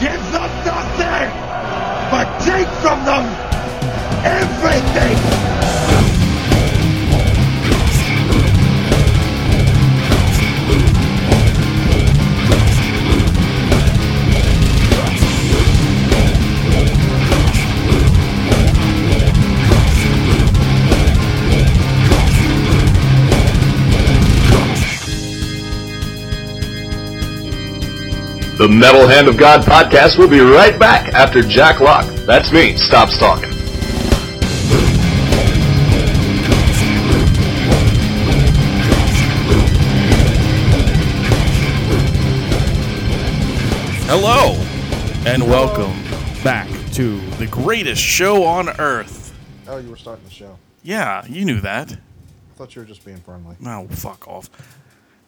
Give them nothing, but take from them everything. The Metal Hand of God podcast will be right back after Jack Locke. That's me, stops talking. Hello, and welcome back to the greatest show on earth. Oh, you were starting the show. Yeah, you knew that. I thought you were just being friendly. No, fuck off.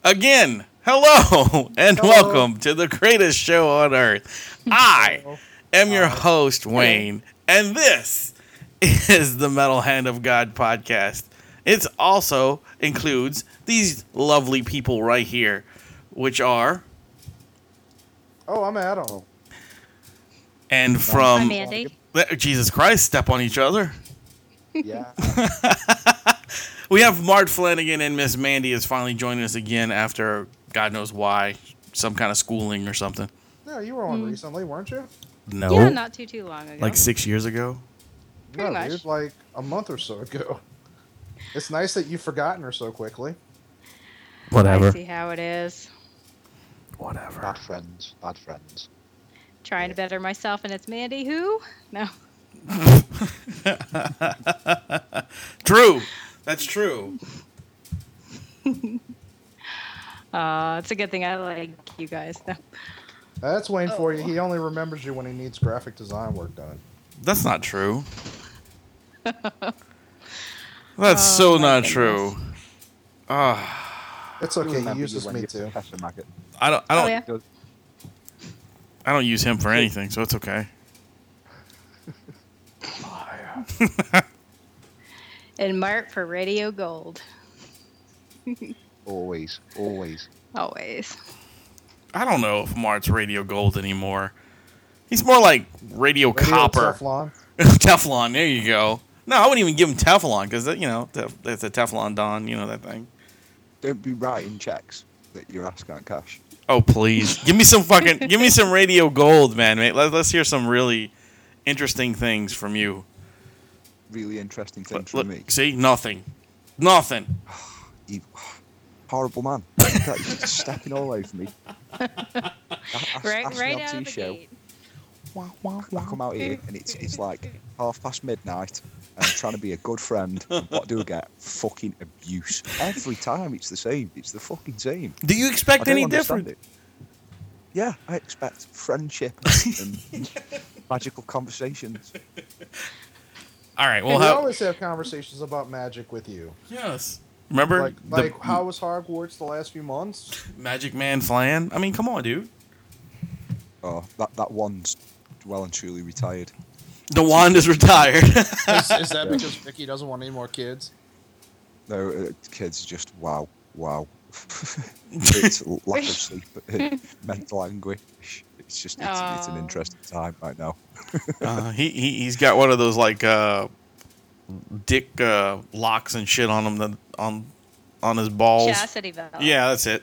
Again, hello, and welcome to the greatest show on earth. Oh, I am your host, Wayne, and this is the Metal Hand of God podcast. It also includes these lovely people right here, which are, Oh, I'm Adam. and from I'm Andy. Jesus Christ, step on each other. Yeah. We have Mart Flanagan and Miss Mandy is finally joining us again after God knows why, some kind of schooling or something. no, you were on Mm. recently, weren't you? No, Yeah, not too too long ago. like six years ago. Pretty no, much. dude, like a month or so ago. It's nice that you've forgotten her so quickly. I see how it is. whatever. Not friends. Not friends. Trying to better myself, and it's Mandy who? No. True, that's true. Uh, it's a good thing I like you guys. No. That's Wayne for you. Oh. He only remembers you when he needs graphic design work done. That's not true. Oh That's so not true. It's okay. He Remember uses you when me you too. press the market. I don't. I don't. Oh yeah. I don't use him for anything, so it's okay. And Mart for Radio Gold, Always. Always. always. I don't know if Mart's Radio Gold anymore. He's more like Radio, Copper. Teflon. Teflon. There you go. No, I wouldn't even give him Teflon because you know tef- that's a Teflon Don. You know that thing. Don't be writing checks that your ass can't cash. Oh please, give me some fucking, give me some Radio Gold, man. Mate. Let, let's hear some really interesting things from you. Really interesting thing Look, for me. look, see, nothing, nothing. You horrible man. Look at that, You're just stepping all over me. Ask- Right, ask me right on out of the T-show. gate. I come out here and it's it's like half past midnight. And I'm trying to be a good friend. And what do I get? Fucking abuse. Every time it's the same. It's the fucking same. Do you expect any different? it. Yeah, I expect friendship and magical conversations. All right, Well, well, we how? always have conversations about magic with you. Yes. Remember Like, the like how was Hogwarts the last few months? Magic Man flan? I mean, come on, dude. Oh, that that one's well and truly retired. The wand is retired. Is, is that because Vicky doesn't want any more kids? No, uh, kids just wow, wow. it's l- lack of sleep, mental anguish. It's just it's, it's an Oh. interesting time right now. uh, he, he he's got one of those like uh, dick uh, locks and shit on him that on on his balls. Chastity belt. Yeah, that's it.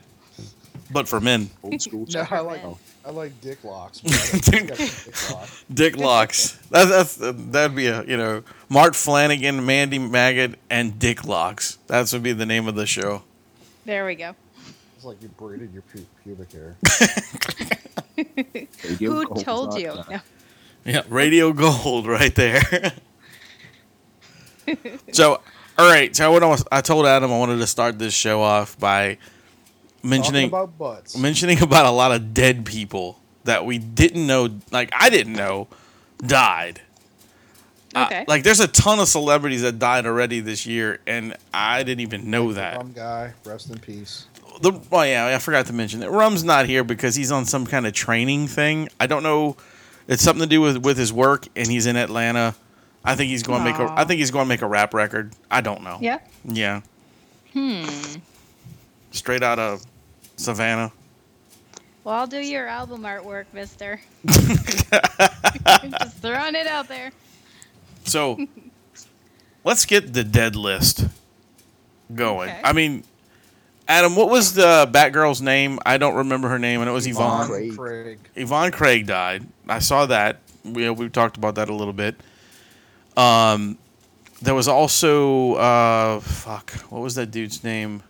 But for men, Old school. No, I like Oh. I like dick locks. Dude. dick lock. dick locks. That's, that's that'd be a you know Mart Flanagan, Mandy Maggot, and Dick Locks. That would be the name of the show. There we go. It's like you braided your pu- pubic hair. Who told you? No. Yeah, Radio Gold right there. so, all right. So I, went on, I told Adam I wanted to start this show off by Talking mentioning about butts. mentioning about a lot of dead people that we didn't know, like I didn't know, died. Uh, Okay. like there's a ton of celebrities that died already this year, and I didn't even know that. Dumb guy, rest in peace. The, oh yeah, I forgot to mention that Rum's not here because he's on some kind of training thing. I don't know. It's something to do with, with his work, and he's in Atlanta. I think he's going to make a. Aw. I think he's going to make a rap record. I don't know. yeah. Yeah. Hmm. Straight out of Savannah. Well, I'll do your album artwork, mister. Just throwing it out there. So let's get the dead list going. Okay. I mean, Adam, what was the Batgirl's name? I don't remember her name, and it was Yvonne. Von Yvonne Craig, Craig. Craig. died. I saw that. We, we talked about that a little bit. Um, there was also uh, fuck. What was that dude's name?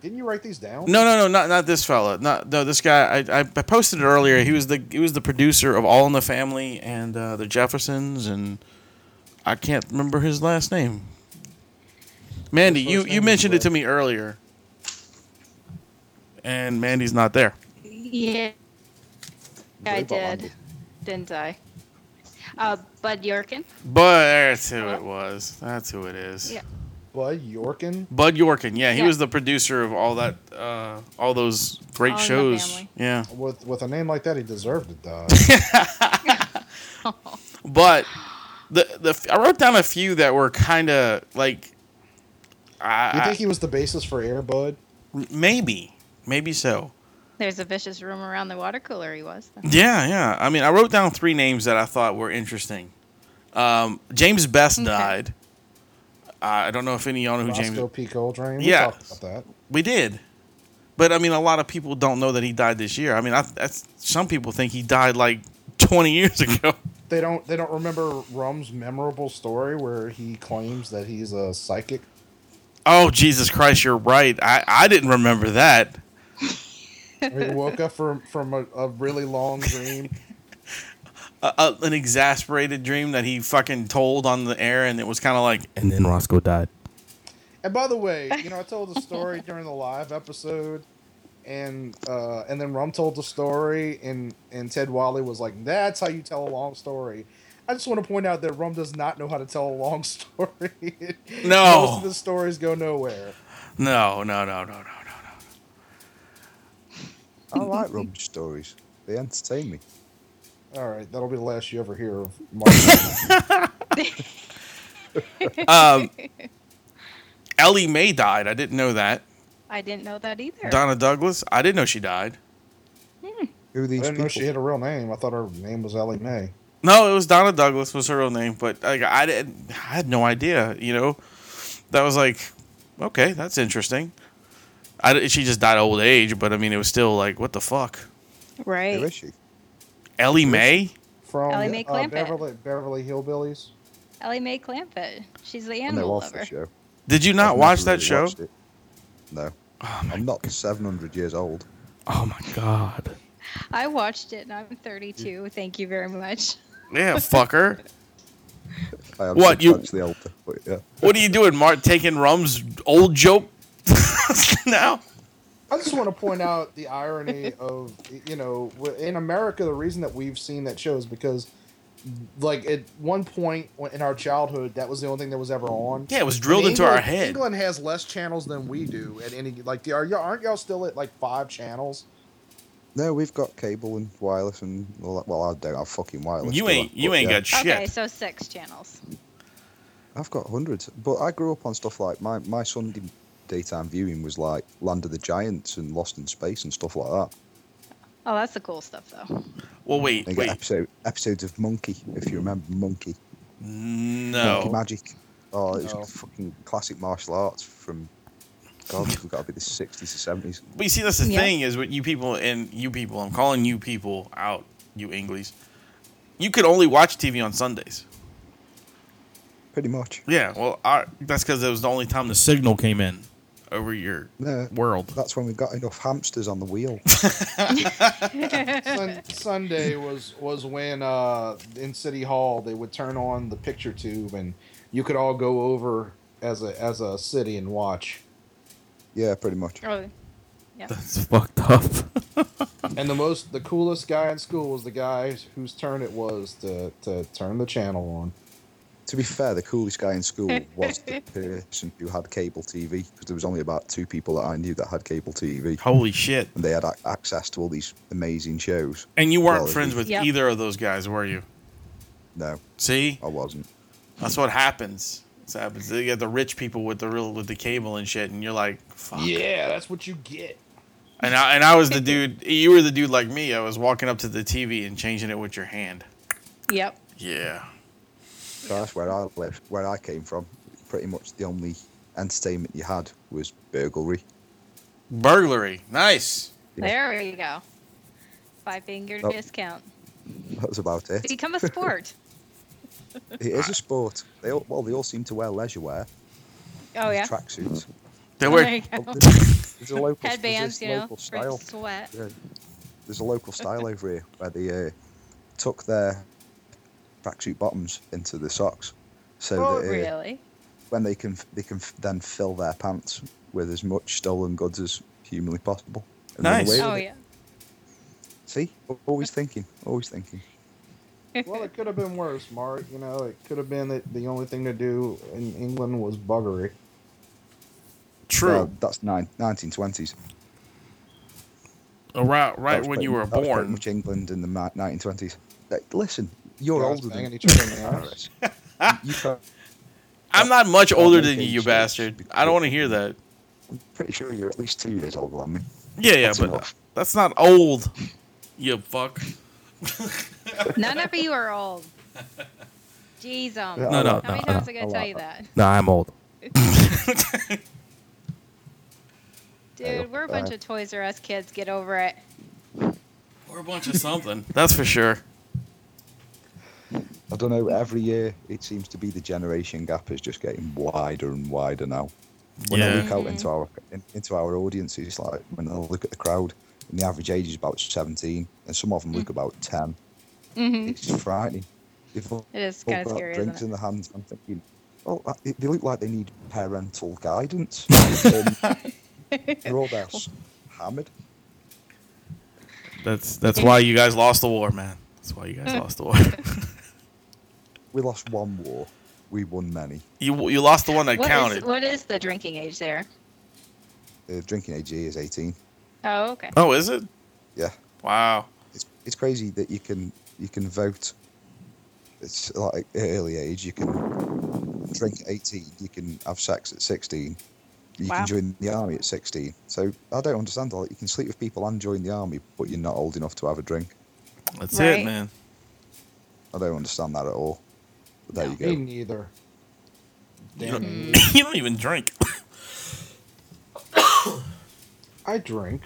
Didn't you write these down? No, no, no, not not this fella. Not no, this guy. I, I I posted it earlier. He was the he was the producer of All in the Family and uh, the Jeffersons, and I can't remember his last name. Mandy, His you first you name is mentioned it Wes. to me earlier, and Mandy's not there. Yeah. I Very well, did, didn't I? Uh, Bud Yorkin. But that's who it was. That's who it is. Yeah. Bud Yorkin. Bud Yorkin. Yeah, he Yeah. was the producer of all that uh, all those great All in the shows. Family. Yeah. With with a name like that, he deserved to die. but the the I wrote down a few that were kind of like, you I, think he was the basis for Airbud? I- maybe maybe so. There's a vicious rumor around the water cooler he was. Yeah, yeah. I mean, I wrote down three names that I thought were interesting. Um, James Best Okay. died. I don't know if any of y'all know who Roscoe James. P. Coltrane. We Oh, Yeah. talked about that. We did, but I mean, a lot of people don't know that he died this year. I mean, I, that's some people think he died like twenty years ago. They don't they don't remember Rum's memorable story where he claims that he's a psychic. Oh Jesus Christ, you're right. I I didn't remember that. He woke up from from a, a really long dream. a, a, an exasperated dream that he fucking told on the air, and it was kind of like, and then Roscoe died. And by the way, you know, I told the story during the live episode, and uh, and then Rum told the story, and and Ted Wally was like, "That's how you tell a long story." I just want to point out that Rum does not know how to tell a long story. No. most of the stories go nowhere. No, no, no, no, no, no, no. I like rubbish stories. They entertain me. All right, that'll be the last you ever hear of. Mark. Ellie Mae died. I didn't know that. I didn't know that either. Donna Douglas. I didn't know she died. Who are I these didn't people? know she had a real name. I thought her name was Ellie Mae. No, it was Donna Douglas was her real name, but like I didn't, I had no idea. You know, that was like, okay, that's interesting. I, di- she just died of old age, but I mean, it was still like, what the fuck, Who Right. is she? Ellie Mae? From Ellie Mae uh, Clampett. Beverly, Beverly Hillbillies. Ellie Mae Clampett. She's the I animal know off lover. the show. Did you I've not never watch that really show? watched it. No. I'm not 700 years old. Oh my god. I watched it, and I'm 32. Mm. Thank you very much. Yeah, fucker. I am What, you- substantially older, but yeah. What are you doing, Mark? Taking Rum's old joke now? I just want to point out the irony of you know w- in America the reason that we've seen that show is because like at one point when- in our childhood that was the only thing that was ever on. Yeah, it was drilled And into our England- head. England has less channels than we do at any like are you aren't y'all still at like five channels? No, we've got cable and wireless and all that. Well, I don't have fucking wireless. You do I? ain't you But, ain't yeah, got shit. Okay, so six channels. I've got hundreds, but I grew up on stuff like my my Sunday daytime viewing was like Land of the Giants and Lost in Space and stuff like that. Oh, that's the cool stuff, though. well, wait, They got wait. episode, episodes of Monkey, if you remember Monkey. Monkey No. Magic. Oh, it was No. fucking classic martial arts from. God, we've got to be the 60s or 70s. But you see, that's the Yeah. thing is what you people and you people. I'm calling you people out, you English. You could only watch TV on Sundays. Pretty much. Yeah, well, I, that's because it was the only time the signal came in over your No, world. that's when we got enough hamsters on the wheel. Sun, Sunday was was when uh, in City Hall they would turn on the picture tube and you could all go over as a as a city and watch. yeah, pretty much. Oh, That's fucked up. And the most, the coolest guy in school was the guy whose turn it was to, to turn the channel on. To be fair, the coolest guy in school was the person who had cable TV because there was only about two people that I knew that had cable TV, Holy shit! and they had ac- access to all these amazing shows. And you weren't Well, friends with Yeah. either of those guys, were you? No, See, I wasn't. that's what happens. That's what happens. You got the rich people with the real with the cable and shit, and you're like, fuck. Yeah, that's what you get. And I, and I was the dude. You were the dude like me. I was walking up to the TV and changing it with your hand. Yep. Yeah. So that's where I lived, where I came from. Pretty much the only entertainment you had was burglary. Burglary. Nice. There we go. Five finger Oh. discount. That was about it. Become a sport. It is a sport. They all, well, they all seem to wear leisure wear, Oh yeah. tracksuits. They Oh, were. there you go. Oh, there's- there's a local- there's Headbands, this you know, local for style. sweat. Yeah. There's a local style over here where they uh, took their tracksuit bottoms into the socks, so Oh, that uh, Really? when they can they can f- then fill their pants with as much stolen goods as humanly possible. and run Nice. away with Oh it. yeah. See, always thinking, always thinking. Well, it could have been worse, Mark. You know, it could have been that the only thing to do in England was buggery. Well, True. that's nine, 1920s. Right, That right was when pretty- you were that was pretty born. much England in the mi- 1920s. Like, Uh, listen, you're Yeah, I was older than banging each other in the house. you can't, I'm not much older than you, Okay, you sure. bastard. I don't want to hear that. I'm pretty sure you're at least two years older than me. Yeah, yeah, That's but enough. that's not old. You fuck. None of you are old. Jeez, um. Yeah, No, I no, like- How many no, times am I I gonna tell like you that, No, I'm old. Yeah, dude? We're a bunch uh, of Toys R Us kids. Get over it. We're a bunch of something. That's for sure. I don't know. Every year, it seems to be the generation gap is just getting wider and wider now. When I look Yeah. out into Mm. our in, into our audience, it's like when I look at the crowd, and the average age is about 17, and some of them Mm. look about 10. Mm-hmm. It's frightening. They've all It is all kind of got scary, drinks isn't in it? the hands. I'm thinking, oh, I- they look like they need parental guidance. um, they're all there s- hammered. That's that's why you guys lost the war, man. That's why you guys lost the war. We lost one war. We won many. You you lost the one that What is, counted. what is the drinking age there? The Uh, drinking age here is 18. Oh, okay. Oh, is it? Yeah. Wow. it's it's crazy that you can you can vote. It's like at early age. You can drink at eighteen. You can have sex at sixteen. You Wow. can join the army at sixteen. So I don't understand all. that. You can sleep with people and join the army, but you're not old enough to have a drink. That's it, Right. man. I don't understand that at all. But there Me you go. neither. You don't, Damn. you don't even drink. I drink.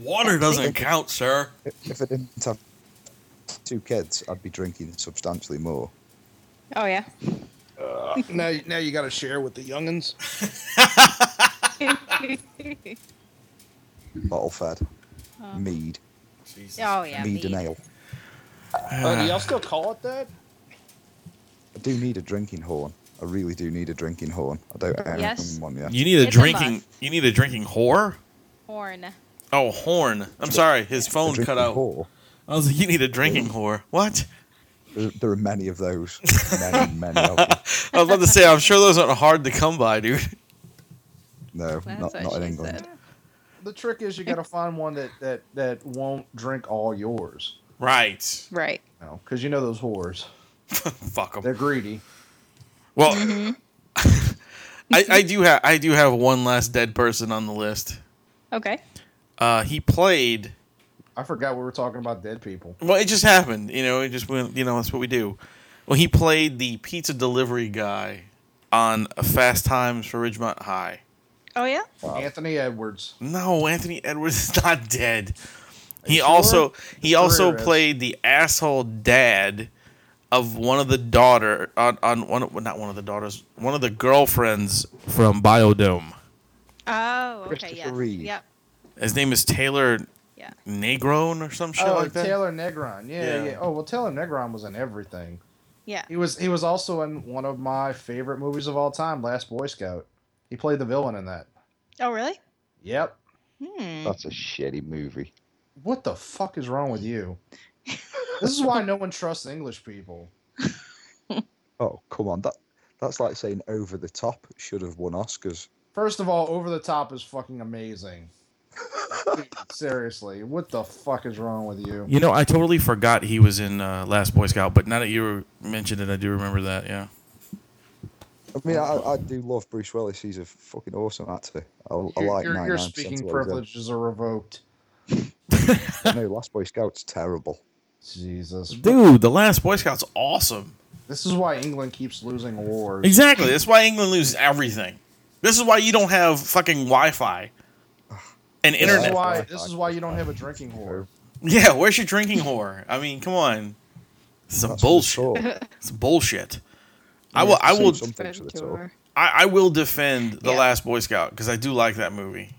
Water doesn't count, sir. If- If I didn't have two kids, I'd be drinking substantially more. Oh yeah. now, now you got to share with the youngins. Bottle fed, Oh. mead, Oh yeah. mead and mead. ale. Uh, do y'all still call it that? I do need a drinking horn. I really do need a drinking horn. I don't own Yes. one yet. You need a It's a drinking. must. you need a drinking whore. Horn. Oh, horn. I'm sorry, his A phone cut drinking out. whore. I was like, you need a drinking whore. What? There, there are many of those. many, many of them. I was about to say, I'm sure those aren't hard to come by, dude. No, That's not, what not in she England. said. The trick is you got to find one that, that, that won't drink all yours. Right. Right. You because you know those whores. Fuck 'em. They're greedy. Well, Mm-hmm. I, I do have I do have one last dead person on the list. Okay. Uh, he played. I forgot we were talking about dead people. Well, it just happened. You know, it just went. You know, that's what we do. Well, he played the pizza delivery guy on Fast Times for Ridgemont High. Oh yeah. Anthony Edwards. No, Anthony Edwards is not dead. He sure? also he His also career is. played the asshole dad of one of the daughter on, on one of, well, not one of the daughters one of the girlfriends from Biodome. Oh okay. Christopher Yes. Reeve. Yep. His name is Taylor Yeah. Negron or some shit Oh, like that. Taylor Negron. Yeah, Yeah. yeah, Oh, well, Taylor Negron was in everything. Yeah. He was he was also in one of my favorite movies of all time, Last Boy Scout. He played the villain in that. Oh really? Yep. Hmm. That's a shitty movie. What the fuck is wrong with you? this is why no one trusts English people. Oh come on, that that's like saying Over the Top should have won Oscars. First of all, Over the Top is fucking amazing. Dude, seriously, what the fuck is wrong with you? You know, I totally forgot he was in uh, Last Boy Scout, but now that you mentioned it, I do remember that. Yeah, I mean, I, I do love Bruce Willis. He's a fucking awesome actor. I, I like your, 99% your, your speaking of what he's done. privileges are revoked. No, Last Boy Scout's terrible. Jesus, Dude, the last Boy Scout's awesome. This is why England keeps losing wars. Exactly. That's why England loses everything. This is why you don't have fucking Wi Fi and This internet. is why. This is why you don't have a drinking war. Yeah, where's your drinking whore? I mean, come on. It's some That's bullshit. what it's It's bullshit. I will. I will. Some things are the top. Tour. I, I will defend the Yeah. Last Boy Scout because I do like that movie.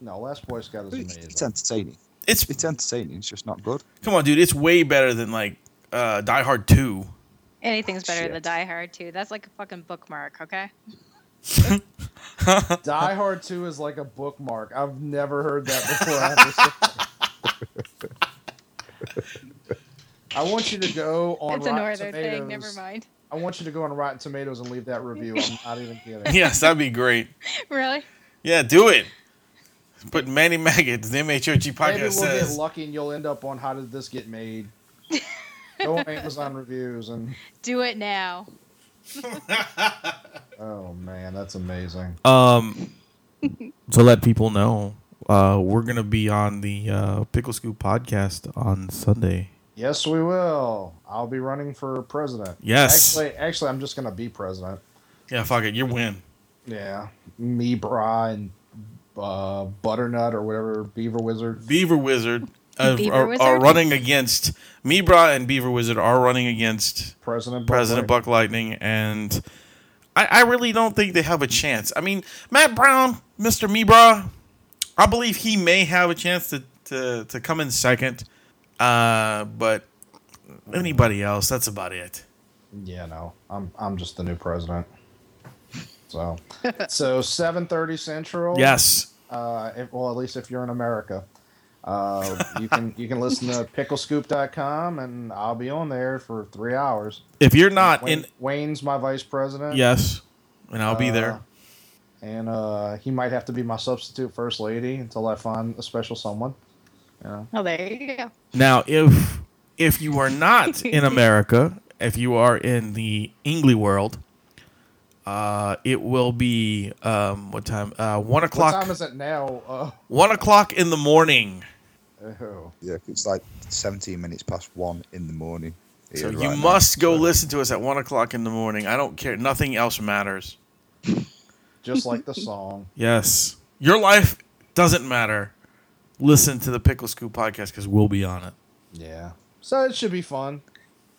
No, Last Boy Scout is called. It's, it's amazing. entertaining. It's It's entertaining. It's just not good. come on, dude. It's way better than like uh, Die Hard Two. Anything's better Shit. than Die Hard 2. That's like a fucking bookmark, okay? Die Hard Two is like a bookmark. I've never heard that before. I have to say. I want you to go on it's a Rotten northern Tomatoes. thing. Never mind. I want you to go on Rotten Tomatoes and leave that review. I'm not even kidding. Yes, that'd be great. Really? Yeah, do it. Put Manny Maggots, the MHOG podcast Maybe we'll get says. lucky and you'll end up on How Did This Get Made? Go on Amazon reviews and Do it now. oh man, that's amazing. Um, to let people know, uh, we're gonna be on the uh, Pickle Scoop podcast on Sunday. Yes, we will. I'll be running for president. Yes. Actually, actually, I'm just gonna be president. Yeah, fuck it, you win. Yeah, me, Bra, and uh, Butternut or whatever Beaver Wizard. Beaver Wizard, uh, Beaver are, are Wizard? running against Mibra and Beaver Wizard are running against President. President Buck. Buck Lightning, and I, I really don't think they have a chance. I mean, Matt Brown, Mister Mibra, I believe he may have a chance to to, to come in second, uh, but anybody else, that's about it. Yeah, no, I'm I'm just the new president. So, so 7:30 Central. Yes, Uh, if, well, at least if you're in America, uh, you can you can listen to picklescoop.com, and I'll be on there for three hours. if you're not Wayne, in, Wayne's my vice president. yes, and I'll be there. and uh, he might have to be my substitute first lady until I find a special someone. Oh, there you go. Now, if if you are not in America, if you are in the English world, uh, it will be um, what time? Uh, one o'clock. What time is it now? Uh, one o'clock in the morning. oh. Yeah, it's like 17 minutes past one in the morning. So here you right now. must go listen to us at one o'clock in the morning. I don't care. Nothing else matters. just like the song. Yes, your life doesn't matter. Listen to the Pickle Scoop podcast because we'll be on it. Yeah. So it should be fun.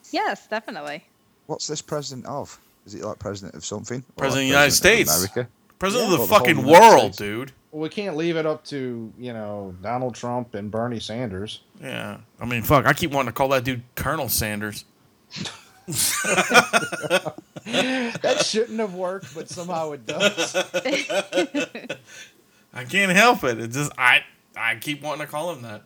Yes, definitely. What's this president of? Is it like president of something? Or President like of the United president States. America? President Yeah. of the Well, the whole fucking United world, States. dude. We can't leave it up to you know Donald Trump and Bernie Sanders. Yeah. I mean, fuck. I keep wanting to call that dude Colonel Sanders. That shouldn't have worked, but somehow it does. I can't help it. It just I I keep wanting to call him that.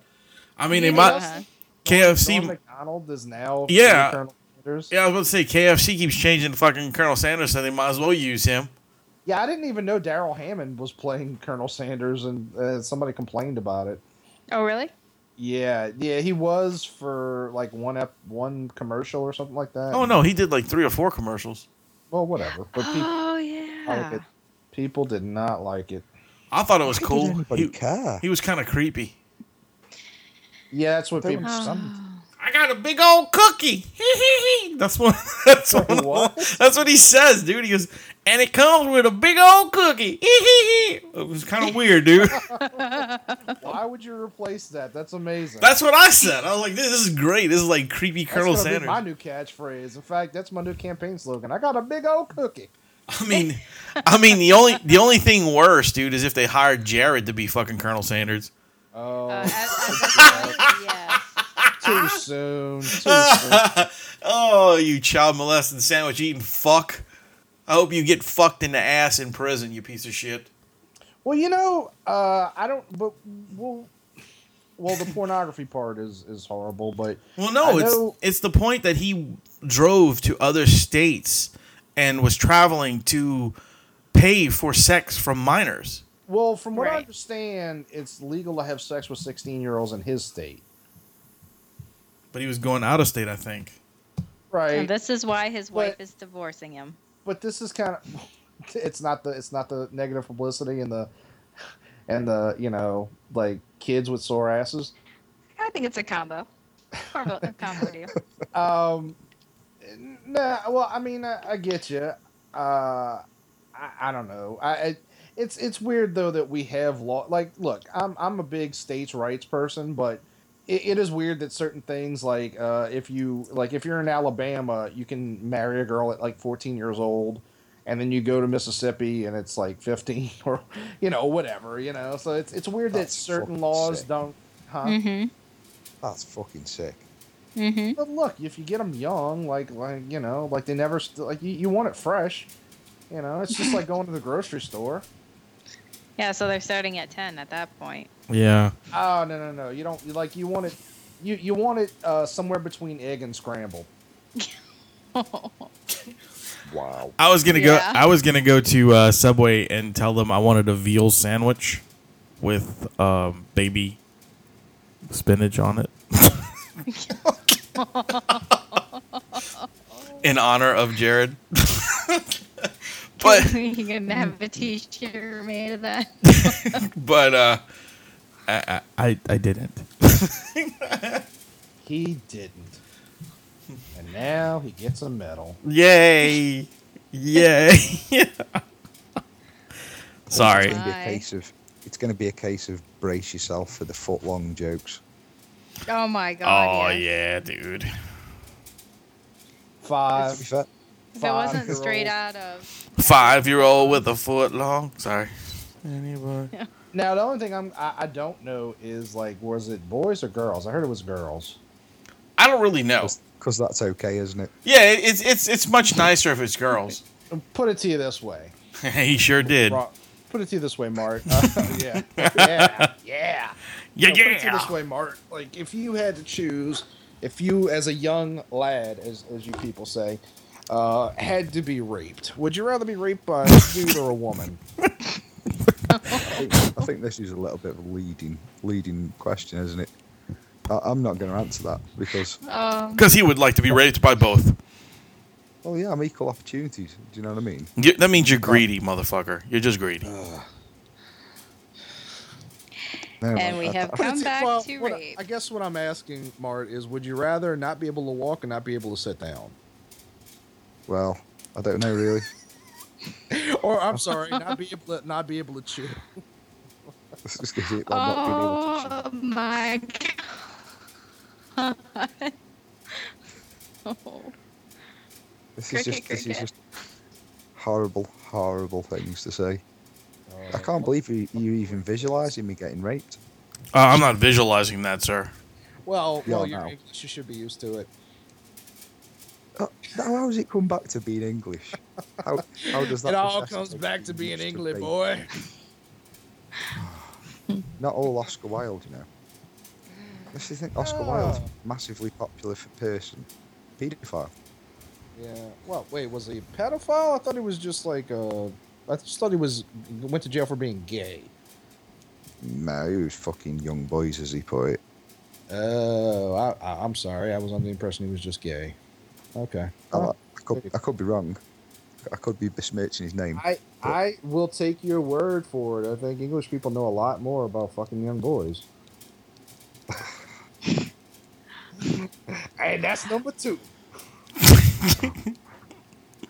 I mean, You in know, my huh? Norm KFC, McDonald is now Yeah. Colonel Sanders. yeah, I was about to say KFC keeps changing fucking Colonel Sanders, so they might as well use him. Yeah, I didn't even know Daryl Hammond was playing Colonel Sanders, and uh, somebody complained about it. Oh, really? Yeah, yeah, he was for like one ep- one commercial or something like that. Oh no, he did like three or four commercials. Well, whatever. But people, Oh, like yeah. it. people did not like it. I thought it was Why cool. Did anybody He, care? he was kind of creepy. Yeah, that's what They people. were- Some, I got a big old cookie. that's what. That's what. What? That's what he says, dude. He goes, and it comes with a big old cookie. it was kind of weird, dude. why would you replace that? That's amazing. That's what I said. I was like, this is great. This is like creepy That's Colonel gonna be Sanders. my new catchphrase. In fact, that's my new campaign slogan. I got a big old cookie. I mean, I mean the only the only thing worse, dude, is if they hired Jared to be fucking Colonel Sanders. Oh, Uh, at- at this point, yes. too Ah! soon. Too soon. oh, you child molesting sandwich eating fuck! I hope you get fucked in the ass in prison, you piece of shit. Well, you know, uh, I don't. But well, well, the pornography part is is horrible. But Well, I no, it's know- it's the point that he drove to other states and was traveling to pay for sex from minors. well, from what I Right. understand, it's legal to have sex with sixteen year olds in his state. But he was going out of state, I think. Right. And this is why his wife But- is divorcing him. but this is kind of it's not the it's not the negative publicity and the and the you know like kids with sore asses. I think it's a combo. Combo, combo deal. Um, nah. Well, I mean, I, I get you. Uh, I, I don't know. I, I it's it's weird though that we have law. Like, look, I'm I'm a big states' rights person, but it, it is weird that certain things like uh, if you like if you're in Alabama, you can marry a girl at like 14 years old, and then you go to Mississippi and it's like 15 or you know whatever you know. So it's it's weird That's that certain fucking laws sick. don't. Huh? Mm-hmm. That's fucking sick. Mm-hmm. But look, if you get them young, like like you know, like they never st- like you, you want it fresh. You know, it's just like going to the grocery store. Yeah, so they're starting at 10 at that point. Yeah. Oh no no no! You don't you- like you want it. You you want it uh, somewhere between egg and scrambled. Wow. I was gonna Yeah. go. I was gonna go to uh, Subway and tell them I wanted a veal sandwich with um, baby spinach on it. In honor of Jared. but you can have a t-shirt made of that. but uh, I, I I- I didn't. He didn't, and now he gets a medal. Yay! Yay! Sorry. It's gonna be Why? a case of it's gonna be a case of brace yourself for the foot long jokes. Oh my god. Oh yeah, dude. To Five. Uh, be fair, If it wasn't five-year-old. straight out of Five year old with a foot long. Sorry. Anybody? Now the only thing I'm I, I don't know is like was it boys or girls? I heard it was girls. I don't really know. because that's okay, isn't it? Yeah, it- it's it's it's much nicer if it's girls. Put it to you this way. he sure did. Ro- Put it to you this way, Mark. Uh, yeah. Yeah. Yeah. Yeah, know, put it to you this way, Mark. Like, if you had to choose, if you, as a young lad, as, as you people say, uh, had to be raped, would you rather be raped by a dude or a woman? I think, I think this is a little bit of a leading leading question, isn't it? I, I'm not going to answer that because um Because he would like to be raped by both. well, yeah, I'm equal opportunities. Do you know what I mean? You, that means you're greedy, motherfucker. You're just greedy. Never And mind. we I- have I- come back Well, to what I- rape. I guess what I'm asking, Mart, is would you rather not be able to walk and not be able to sit down? well, I don't know really. Or, I'm sorry, not be able to, not be able to chew. This is gonna be- I'm not being able to- Oh my god. Oh. This is Cricket, just this is cricket. just horrible, horrible things to say. I can't believe you, you're even visualising me getting raped. Uh, I'm not visualizing that, sir. Well, Yeah, well, you're no. English, you should be used to it. Uh, how has it come back to being English? How, how does that? It all process comes make back you to being used English, be? boy. Not all Oscar Wilde, you know. This is the thing, Ah. Oscar Wilde, massively popular for person, paedophile. Yeah. Well, wait, was he a pedophile? I thought he was just like uh I just thought he was went to jail for being gay. No, he was fucking young boys, as he put it. Oh, I, I, I'm sorry. I was under the impression he was just gay. Okay. I, I could, I could be wrong. I could be besmirching his name. I I will take your word for it. I think English people know a lot more about fucking young boys. hey, that's number two.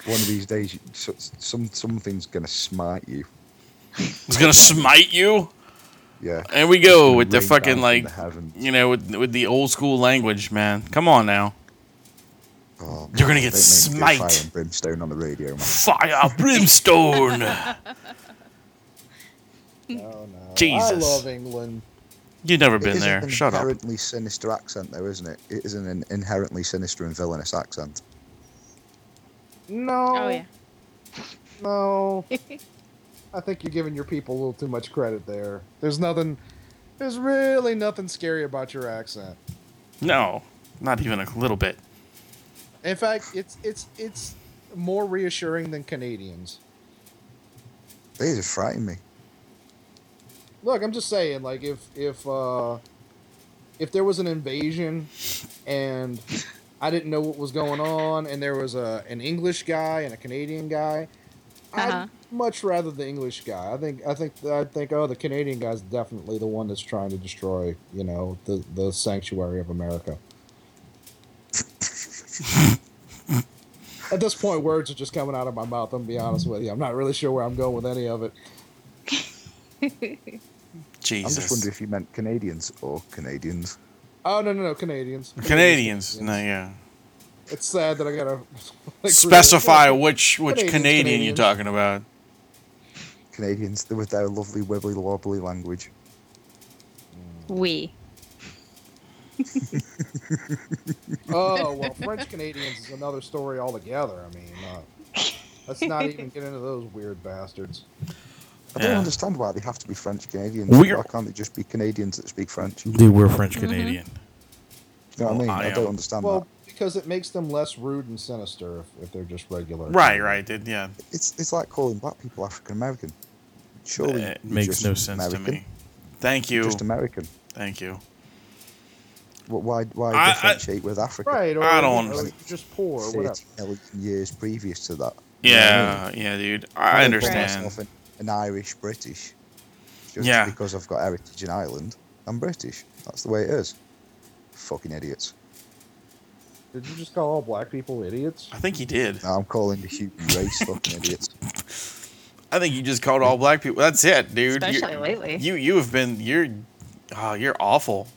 One of these days, you, so, some something's gonna smite you. He's gonna smite you. Yeah. And we go Oh, with the Rain down fucking from like, the heavens. you know, with with the old school language, man. Come on now. Oh, You're gonna get don't make me do Fire smite. and brimstone on the radio, man. Fire, brimstone. Oh, No, no. I Jesus. love England. You've never It been is there. an Shut up. inherently sinister accent, though, isn't it? It isn't an inherently sinister and villainous accent. No. Oh, yeah. No. Oh. I think you're giving your people a little too much credit there. There's nothing. There's really nothing scary about your accent. No, not even a little bit. In fact, it's it's it's more reassuring than Canadians. They just frighten me. Look, I'm just saying, like if if uh, if there was an invasion and I didn't know what was going on, and there was a an English guy and a Canadian guy, Uh-huh. I'd much rather the English guy. I think I think I think oh the Canadian guy's definitely the one that's trying to destroy you know the the sanctuary of America. At this point, words are just coming out of my mouth. I'm gonna be honest with you. I'm not really sure where I'm going with any of it. I'm Jesus. just wondering if you meant Canadians or Canadians. Oh no no no Canadians. Canadians. No, yeah. It's sad that I gotta agree. Specify which which Canadians, Canadian you're Canadians. talking about. Canadians, they with their lovely wibbly wobbly language. We. Oh well, French Canadians is another story altogether. I mean, uh, let's not even get into those weird bastards. I don't Yeah. understand why they have to be French Canadians. We're- Why can't they just be Canadians that speak French? You They were French Mm-hmm. Canadian. know what I Well, mean? I I, don't am. understand Well, because it makes them less rude and sinister if, if they're just regular. Right, right. Did yeah. that. It's it's like calling black people African American. Surely It you're makes just no sense American. to me. Thank You're you. Just American. Thank you. Wh- Why why I- I- differentiate with Africa? Right. Or, I don't or understand. you're just poor. or 30 Whatever. million years previous to that. Yeah, yeah, dude. I I'd call understand. myself An, an Irish British. Just Yeah. Because I've got heritage in Ireland, I'm British. That's the way it is. Fucking idiots. Did you just call all black people idiots? I think he did. No, I'm calling the human race fucking idiots. I think you just called all black people. That's it, dude. You- Especially lately. You you have been you're oh, you're awful.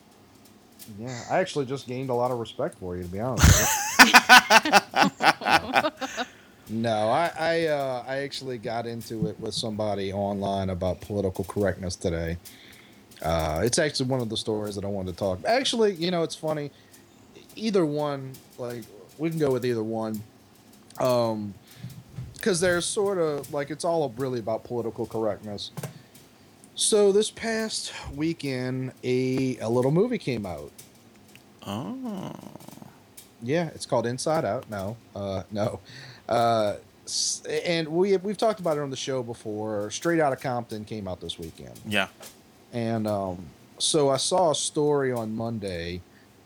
Yeah, I actually just gained a lot of respect for you, to be honest. With you. no, I I, uh, I actually got into it with somebody online about political correctness today. Uh, it's actually one of the stories that I wanted to talk. Actually, you know, it's funny. Either one, like we can go with either one, um, because there's sort of like it's all really about political correctness. So this past weekend, a a little movie came out. Oh. Yeah, it's called Inside Out. No, uh, no. Uh, s- and we we've talked about it on the show before. Straight Out of Compton came out this weekend, Yeah. and um, so I saw a story on Monday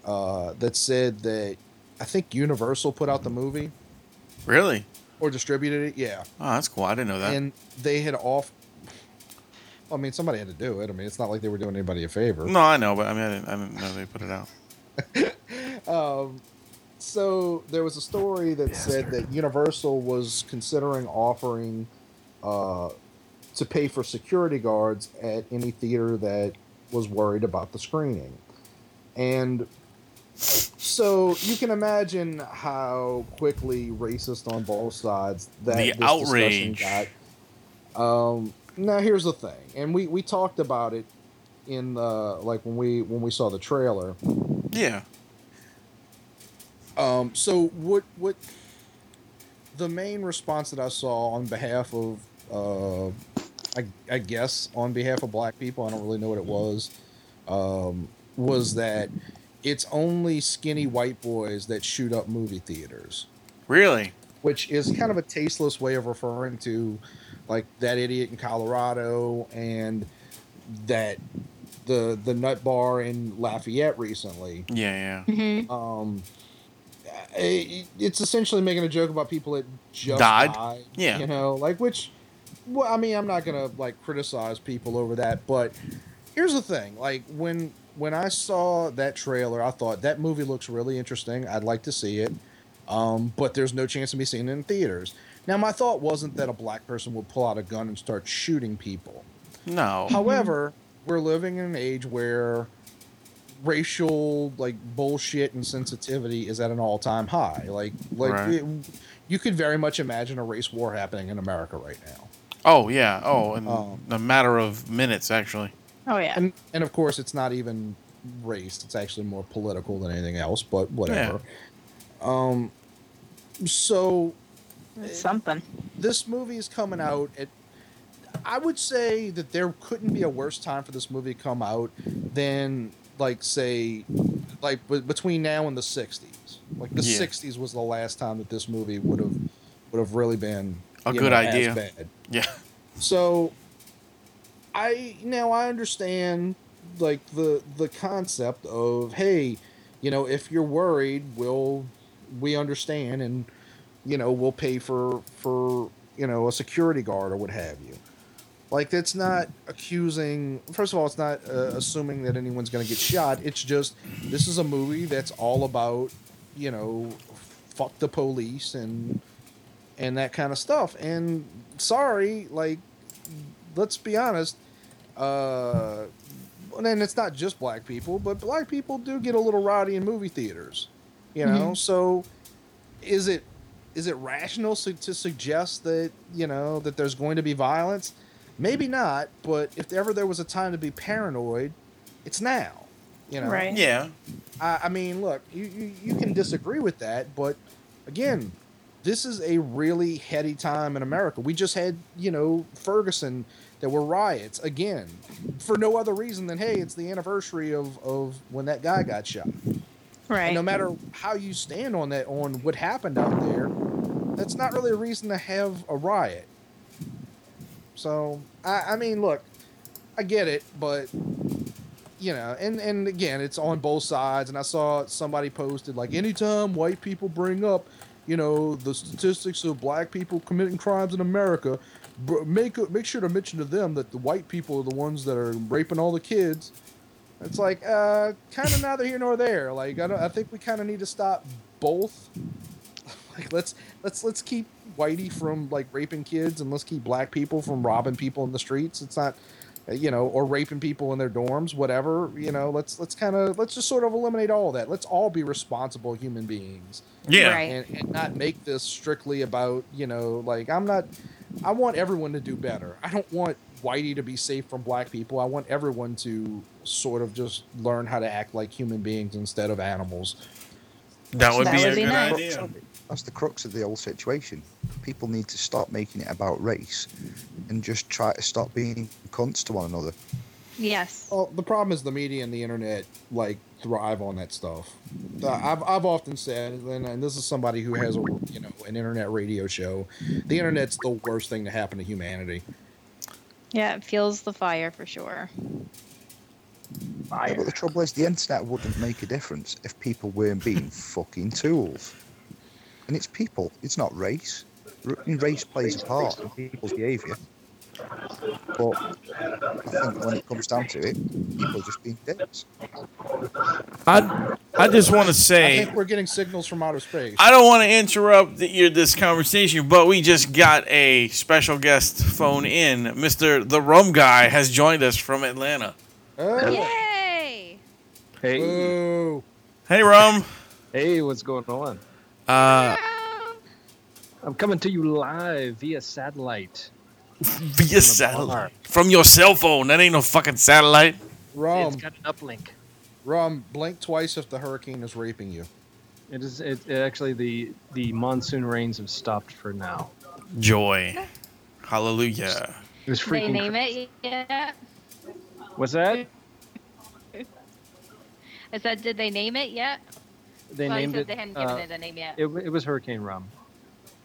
uh, that said that I think Universal put out the movie Really? or distributed it. Yeah, Oh, that's cool. I didn't know that. and they had off. I mean, somebody had to do it. I mean, it's not like they were doing anybody a favor. no, I know, but I mean, I didn't, I didn't know they put it out. um, so there was a story that said that Universal was considering offering uh, to pay for security guards at any theater that was worried about the screening. And so you can imagine how quickly racist on both sides that The this discussion outrage. got. Um, now here's the thing, and we, we talked about it in the like when we when we saw the trailer. Yeah. Um, so what what the main response that I saw on behalf of uh, I, I guess on behalf of black people, I don't really know what it was, um, was that it's only skinny white boys that shoot up movie theaters, Really? which is kind of a tasteless way of referring to like that idiot in Colorado and that the the nut bar in Lafayette recently Yeah, yeah. Mm-hmm. um it- it's essentially making a joke about people that just Died? died, Yeah. you know like which well i mean i'm not gonna like criticize people over that but here's the thing like when when i saw that trailer i thought that movie looks really interesting i'd like to see it um, but there's no chance of me seeing it in theaters now my thought wasn't that a black person would pull out a gun and start shooting people No. However, we're living in an age where racial like bullshit and sensitivity is at an all-time high. Like like Right. it- you could very much imagine a race war happening in America right now. Oh, yeah. Oh, in Um, a matter of minutes, actually. Oh yeah. And and of course it's not even race, it's actually more political than anything else, but whatever. Um so It's something. this movie is coming out at I would say that there couldn't be a worse time for this movie to come out than like say like b- between now and the 60s. Like the Yeah. 60s was the last time that this movie would have would have really been A you good know, idea. As bad. Yeah. So I now I understand like the the concept of hey, you know, if you're worried, we'll we understand and you know, we'll pay for for you know, a security guard or what have you. Like that's not accusing. First of all, it's not uh, assuming that anyone's going to get shot. It's just this is a movie that's all about you know, fuck the police and and that kind of stuff. And sorry, like, let's be honest. Uh, and it's not just black people, but black people do get a little rowdy in movie theaters. You know, so is it is it rational su- to suggest that you know that there's going to be violence? Maybe not, but if ever there was a time to be paranoid, it's now. You know, Right. Yeah. I, I mean, look, you, you you can disagree with that, but again, this is a really heady time in America. We just had, you know, Ferguson. There were riots again, for no other reason than hey, it's the anniversary of of when that guy got shot. Right. And no matter how you stand on that, on what happened out there, that's not really a reason to have a riot. So I, I mean, look, I get it, but you know, and and again, it's on both sides. And I saw somebody posted like, anytime white people bring up, you know, the statistics of black people committing crimes in America, br- make make sure to mention to them that the white people are the ones that are raping all the kids. It's like uh, kind of neither here nor there. Like I don't. I think we kind of need to stop both. Like let's let's let's keep whitey from like raping kids, and let's keep black people from robbing people in the streets. It's not, uh, you know, or raping people in their dorms, whatever. You know, let's let's kind of let's just sort of eliminate all that. Let's all be responsible human beings Yeah. Right. and, and not make this strictly about you know like i'm not i want everyone to do better i don't want whitey to be safe from black people i want everyone to sort of just learn how to act like human beings instead of animals That would That be would a be good nice. idea. That's the crux of the whole situation. People need to stop making it about race and just try to stop being cunts to one another. Yes. well the problem is the media and the internet like thrive on that stuff Uh, i've, I've often said and, and this is somebody who has a you know an internet radio show the internet's the worst thing to happen to humanity Yeah, it fuels the fire for sure. Yeah, but the trouble is, the internet wouldn't make a difference if people weren't being fucking tools. And it's people, it's not race. R- Race plays a part in people's behaviour. But I think when it comes down to it, people are just being dicks. I I just want to i say think we're getting signals from outer space I don't want to interrupt the, your, this conversation, but we just got a special guest phone in. Mr. The Rum Guy has joined us from Atlanta. Oh. Yay! Hey, Boo. Hey, Rum. hey, what's going on? Uh, I'm coming to you live via satellite. via satellite. From your cell phone. That ain't no fucking satellite. Rum, Um, It's got an uplink. Rum, blink twice if the hurricane is raping you. It is. It, it actually the the monsoon rains have stopped for now. Joy. Hallelujah. It was They freaking. name it yet? What's that? I said, did they name it yet? They well, named he said it. they hadn't uh, given it a name yet. it, w- it was Hurricane Rum.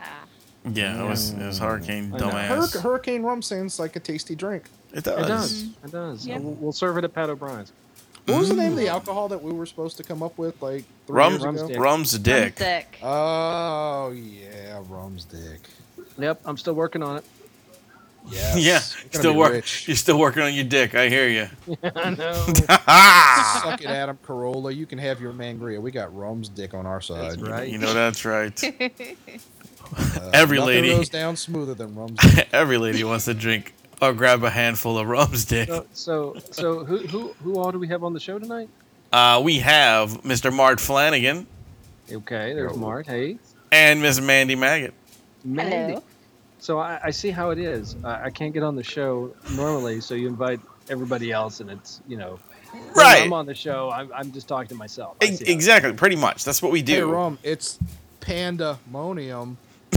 uh, Ah. Yeah, it was, it was Hurricane I know. Dumbass. Hurric- hurricane rum sounds like a tasty drink. It It does. does. It does. Yeah. We'll, we'll serve it at Pat O'Brien's. What was the name of the alcohol that we were supposed to come up with like three Rum- years Rum's ago? dick. Rum's a I'm dick. sick. Oh yeah, rum's dick. Yep, I'm still working on it. Yes. Yeah, We're gonna still be work. rich. You're still working on your dick. I hear you. I know. Suck it, Adam Carolla. You can have your mangria. We got rum's dick on our side. right. You know that's right. Uh, Every nothing lady. goes down smoother than rum's. dick. Every lady wants to drink or grab a handful of rum's dick. Uh, So, so, so who, who, who all do we have on the show tonight? Uh, we have Mr. Mart Flanagan Okay, there's Mark. Hey, and Miss Mandy Maggot. Mandy. Hello. So I, I see how it is. I, I can't get on the show normally, so you invite everybody else, and it's you know, when Right. I'm on the show. I'm, I'm just talking to myself. I Ex- see how it is. exactly, pretty much. That's what we Hey, do. rum, it's pandemonium.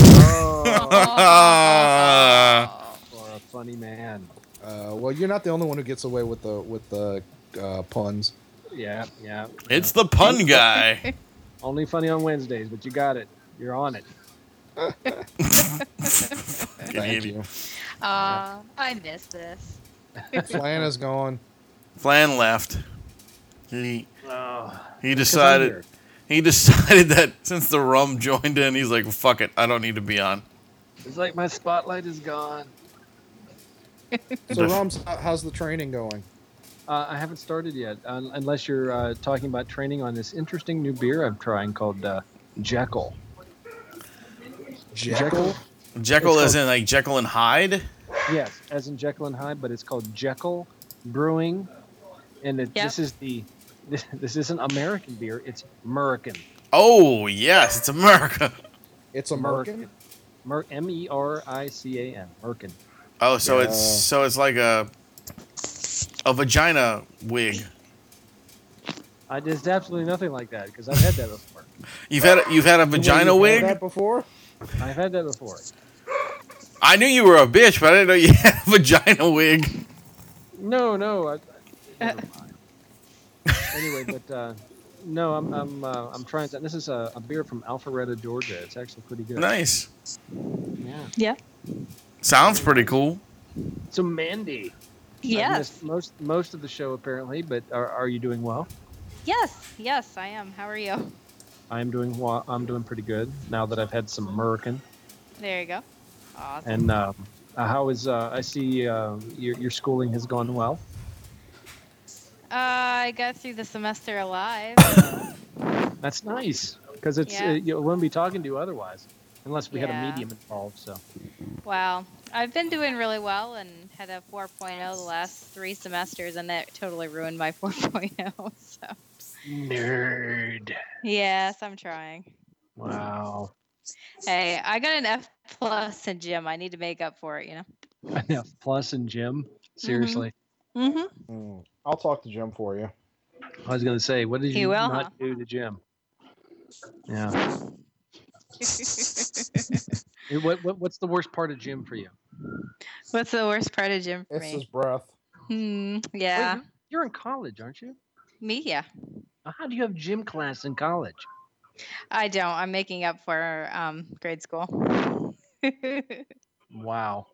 Ah. Or oh, a funny man. Uh, well, you're not the only one who gets away with the with the uh, puns. Yeah, yeah. it's the pun guy. Only funny on Wednesdays, but you got it. You're on it. Thank you. Aw, I miss this. Flan is gone. Flan left. He Oh. he here. decided he decided that since the rum joined in, he's like, "Fuck it, I don't need to be on." It's like my spotlight is gone. So, Roms, how- how's the training going? Uh, I haven't started yet, un- unless you're uh, talking about training on this interesting new beer I'm trying called uh, Jekyll. Jekyll? Jekyll It's is in like Jekyll and Hyde. Yes, as in Jekyll and Hyde, but it's called Jekyll Brewing, and it, Yep. this is the this, this isn't American beer; it's American. Oh yes, it's America. It's a Merkin? Mer- M E R I C A N. Merkin. Oh, so it's Yeah. so it's like a a vagina wig. I it's absolutely nothing like that because I've had that before. You've had a, you've had a vagina You've had wig. That before? I've had that before. I knew you were a bitch, but I didn't know you had a vagina wig. No, no. I, never mind. anyway, but uh, no, I'm I'm uh, I'm trying. To, this is a, a beer from Alpharetta, Georgia. It's actually pretty good. Nice. Yeah. Yeah. Sounds pretty cool. So Mandy. I've Yes. missed most most of the show apparently, but are, are you doing well? Yes. Yes, I am. How are you? I'm doing well. I'm doing pretty good now that I've had some American. There you go. Awesome. And um, uh, how is uh, I see uh, your your schooling has gone well. Uh, I got through the semester alive. That's nice because it's Yeah. uh, you wouldn't be talking to you otherwise, unless we had a Yeah. medium involved. So wow. I've been doing really well and had a 4.0 the last three semesters, and that totally ruined my 4.0. So, nerd. yes, I'm trying. Wow. Hey, I got an F plus in gym. I need to make up for it, you know. Enough plus and Jim. Seriously, Mm-hmm. Mm. I'll talk to Jim for you. I was gonna say, what did He you will, not huh? do to Jim? Yeah. Hey, what, what what's the worst part of Jim for you? What's the worst part of gym for It's his me? breath. Hmm. Wait, yeah, you- You're in college, aren't you? me. Yeah, How do you have gym class in college? I don't. I'm making up for um grade school. Wow.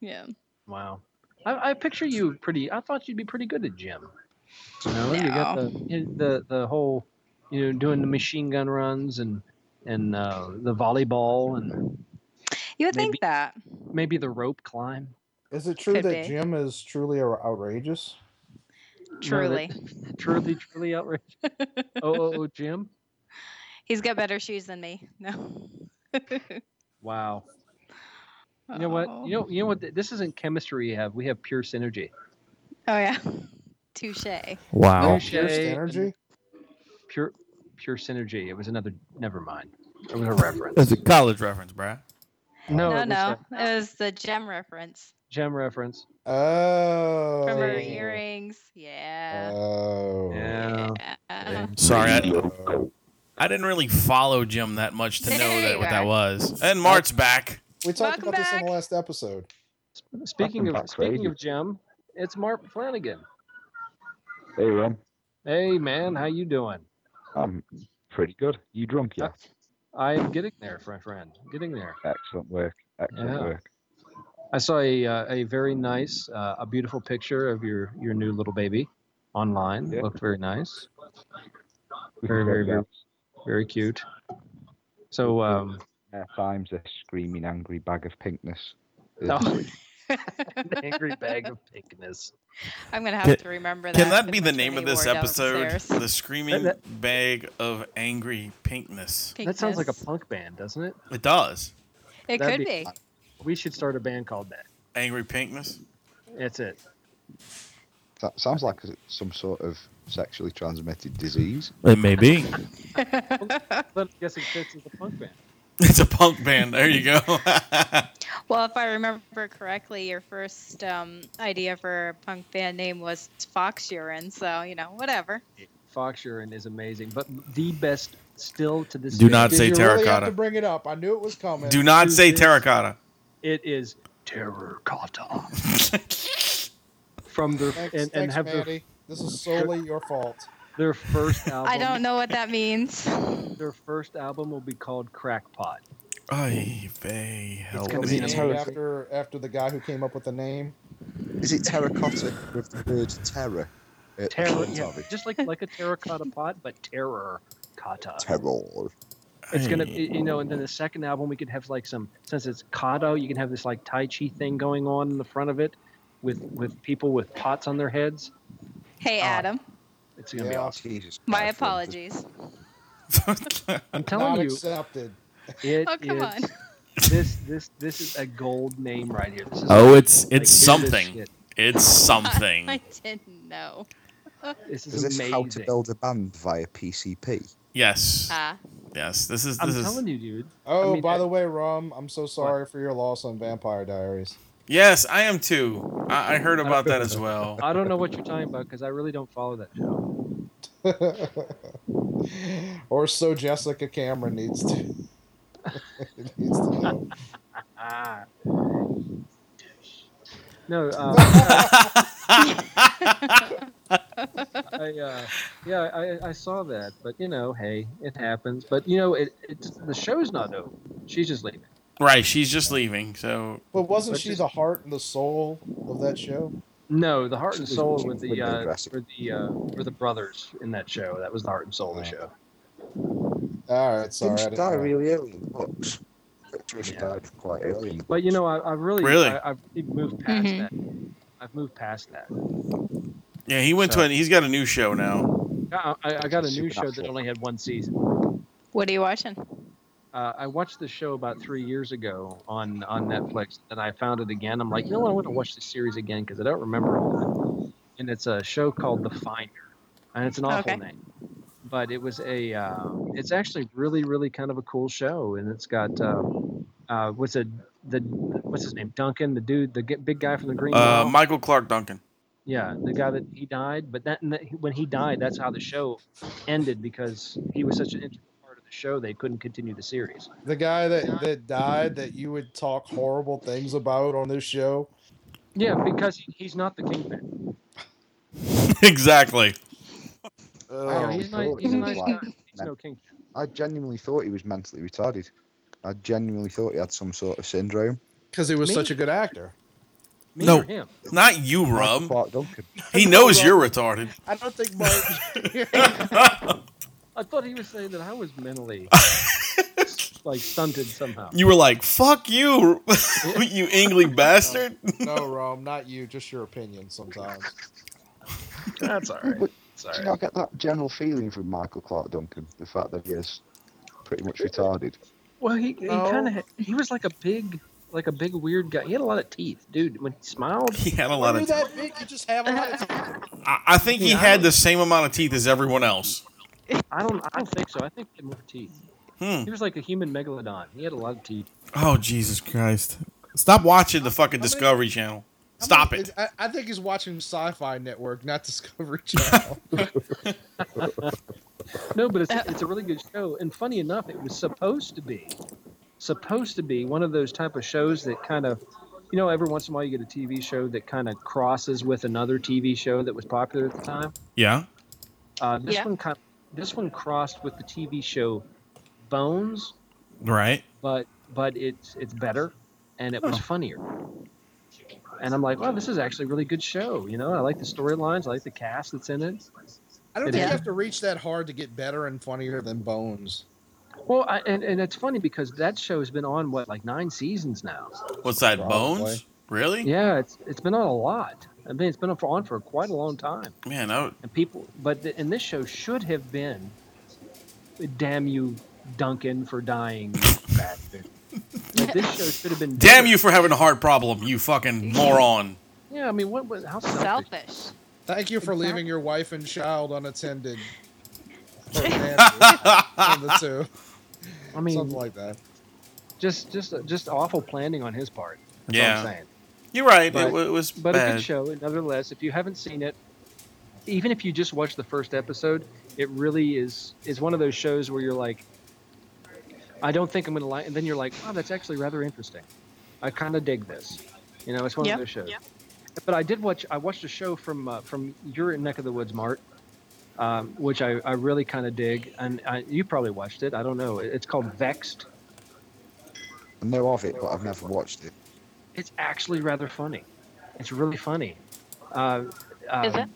yeah. Wow. I, I picture you pretty. I thought you'd be pretty good at gym. You know, you got No. the you- the the whole, you know, doing the machine gun runs and and uh, the volleyball and You would Maybe- think that. maybe the rope climb. Is it true Could that be. Jim is truly ou- outrageous? Truly, Truly, truly outrageous. oh, oh, oh, Jim. he's got better shoes than me. No. Wow. You know what? You know you know what? th- This isn't chemistry we have. We have pure synergy. Oh yeah. Touche. Wow. Pierced energy? Pure pure synergy. It was another. Never mind. It was a reference. That's a college reference, bruh. no, No, Oh, it was no, a it was the gem reference gem reference. Oh. from her Oh. earrings. Yeah. Oh. Yeah. Yeah. Sorry, I, I didn't really follow Jim that much to know There that you what that are. was. And Mart's back. We talked Welcome about this in the back. last episode. Speaking of Fucking speaking outrageous. of Jim, it's Mark Flanagan. Hey, Ron. Hey man, how you doing? I'm pretty good. You drunk yet? I am getting there, my friend. Getting there. Excellent work. Excellent Yeah. work. I saw a uh, a very nice, uh, a beautiful picture of your your new little baby online. Yeah. Looked very nice, We've Very, got very, very- about very cute. So um, Air times a screaming angry bag of pinkness. Is Oh. what an angry bag of pinkness. I'm gonna have Can- to remember that. Can that to be the mention name of they this wore episode? downstairs. The Screaming Bag of Angry Pinkness. That sounds like a Pinkness. punk band, doesn't it? It does. It that'd could be be. We should start a band called that. Angry Pinkness. That's it. That sounds like some sort of sexually transmitted disease. It may be. But I guess it fits as a punk band. It's a punk band. There you go. Well, if I remember correctly, your first um, idea for a punk band name was Fox Urine, so you know, whatever. Fox Urine is amazing, but the best still to this. Do day. not Did say you Really have terracotta. to bring it up. I knew it was coming. Do not say terracotta. It is terracotta from their Thanks, and, and thanks have their, Mandy. This is solely your fault. their first album. I don't know what that means. Their first album will be called Crackpot. Ay, vey, help gonna Was be me. it an named amazing- after after the guy who came up with the name. Is it terracotta with the word terror? Uh, at the Terror, front yeah, of it? just like like a terracotta pot, but terror cotta. Terror. It's gonna, Right. you know, and then the second album we could have like some since it's kado, you can have this like tai chi thing going on in the front of it, with with people with pots on their heads. Hey, Ah. Adam. It's gonna be Yeah. awesome. Jesus. My Christ, well, this- apologies. I'm Not telling you, accepted. it Oh, come is- on. This this this is a gold name right here. This is Oh, it's like, it's here's this something. shit. It's something. I didn't know. This is, Is this amazing. how to build a band via PCP? Yes. Ah, Yes. This is I'm this is telling you, dude. Oh, I mean, by that- the way, Rum, I'm so sorry for your loss on Vampire Diaries. Yes, I am too. I, I heard about that as well. I don't know what you're talking about because I really don't follow that show. or so Jessica Cameron needs to. needs to know. Ah. No, uh, I, uh, yeah, I, I saw that, but you know, hey, it happens. But you know, it, it's the show's not over. She's just leaving. Right, she's just leaving. So But wasn't But she just- the heart and the soul of that show? No, the heart and She's soul leaving with the with no uh, dressing. for the uh, for the brothers in that show. That was the heart and soul of the show. All right, sorry. I Didn't she didn't die know. really early in the books? She Yeah. died quite early. in the But you know, I, I really, Really? I, I've moved past Mhm. that. I've moved past that. yeah, he went to an, he's got a new show now. I, I, I got a new show that Supernatural. only had one season. what are you watching? uh, I watched the show about three years ago on on Netflix, and I found it again. I'm like, you know what? I want to watch the series again because I don't remember all of it. And it's a show called The Finder, and it's an awful Okay. name, but it was a. Uh, it's actually really, really kind of a cool show, and it's got uh, uh, what's a the what's his name Duncan, the dude, the g- big guy from the Green. Uh, Mile. Michael Clark Duncan. Yeah, the guy that he died, but that, and that when he died, that's how the show ended because he was such an integral part of the show they couldn't continue the series. The guy that, that died that you would talk horrible things about on this show. Yeah, because he- he's not the kingpin. exactly. Oh, You know, he's I not. thought He's, he not, was he's, like- not, he's no kingpin. I genuinely thought he was mentally retarded. I genuinely thought he had some sort of syndrome. Because he was Me? such a good actor. Me No. or him. Not you, Like Rum. Clark Duncan. He knows you're retarded. I don't think Mike. I thought he was saying that I was mentally like stunted somehow. You were like, "Fuck you, you English bastard." no, Rom, not you. Just your opinion sometimes. That's all right. Do you Sorry. not get that general feeling from Michael Clark Duncan? The fact that he is pretty much retarded. Well, he, he No. kind of he was like a big like a big weird guy. He had a lot of teeth, dude. When he smiled, He had a lot When you're of. Teeth. that big, you just have a lot of time. I, I think he Yeah, I had don't- the same amount of teeth as everyone else. I don't I don't think so. I think he had more teeth. Hmm. He was like a human megalodon. He had a lot of teeth. Oh Jesus Christ! Stop watching the fucking Discovery Channel. Stop it. I, I think he's watching Sci-Fi Network, not Discovery Channel. No, but it's, it's a really good show. And funny enough, it was supposed to be, supposed to be one of those type of shows that kind of, you know, every once in a while you get a TV show that kind of crosses with another TV show that was popular at the time. Yeah. Uh, this Yeah. one kind this one crossed with the TV show Bones, Right. but but it's it's better, and it was funnier. And I'm like, wow, this is actually a really good show. You know, I like the storylines, I like the cast that's in it. I don't It think is. you have to reach that hard to get better and funnier than Bones. Well, I, and, and it's funny because that show has been on what like nine seasons now. What's that? Probably. Bones? Really? Yeah, it's it's been on a lot. I mean, it's been up- on for quite a long time, Man, I, would- and people. But th- and this show should have been, damn you, Duncan, for dying, bastard. Like, this show should have been. damn better. you for having a heart problem, you fucking moron. Yeah, I mean, what was how selfish? Selfish. Thank you for Exactly. leaving your wife and child unattended. For Andrew, on the two, I mean, something like that. just just just awful planning on his part. That's all Yeah. I'm saying. You're right. But- it, wa- it was But a bad. good show, nonetheless. If you haven't seen it, even if you just watched the first episode, it really is is one of those shows where you're like, I don't think I'm gonna like, and then you're like, wow, that's actually rather interesting. I kind of dig this. You know, it's one Yeah, of those shows. yeah. But I did watch. I watched a show from uh, from your neck of the woods, Mart, um, which I, I really kind of dig, and I, you probably watched it. I don't know. It's called Vexed. I know of it, but I've never watched it. It's actually rather funny. It's really funny. Uh, Is it? um,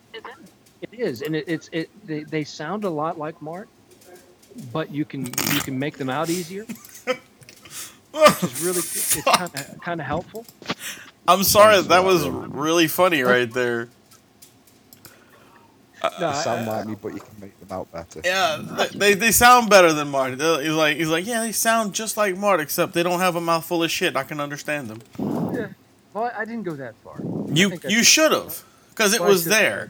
It is, and it, it's it. They, they sound a lot like Mart, but you can you can make them out easier, which is really it's kind of kind of helpful. I'm sorry, that was really funny right there. Uh, No, They I- sound like me, but you can make them out better. Yeah, th- they, they sound better than Marty. They're- He's like he's like yeah, they sound just like Marty, except they don't have a mouthful of shit. I can understand them. well, I didn't go that far. You think I you did. should have, because it Well, I was should- there.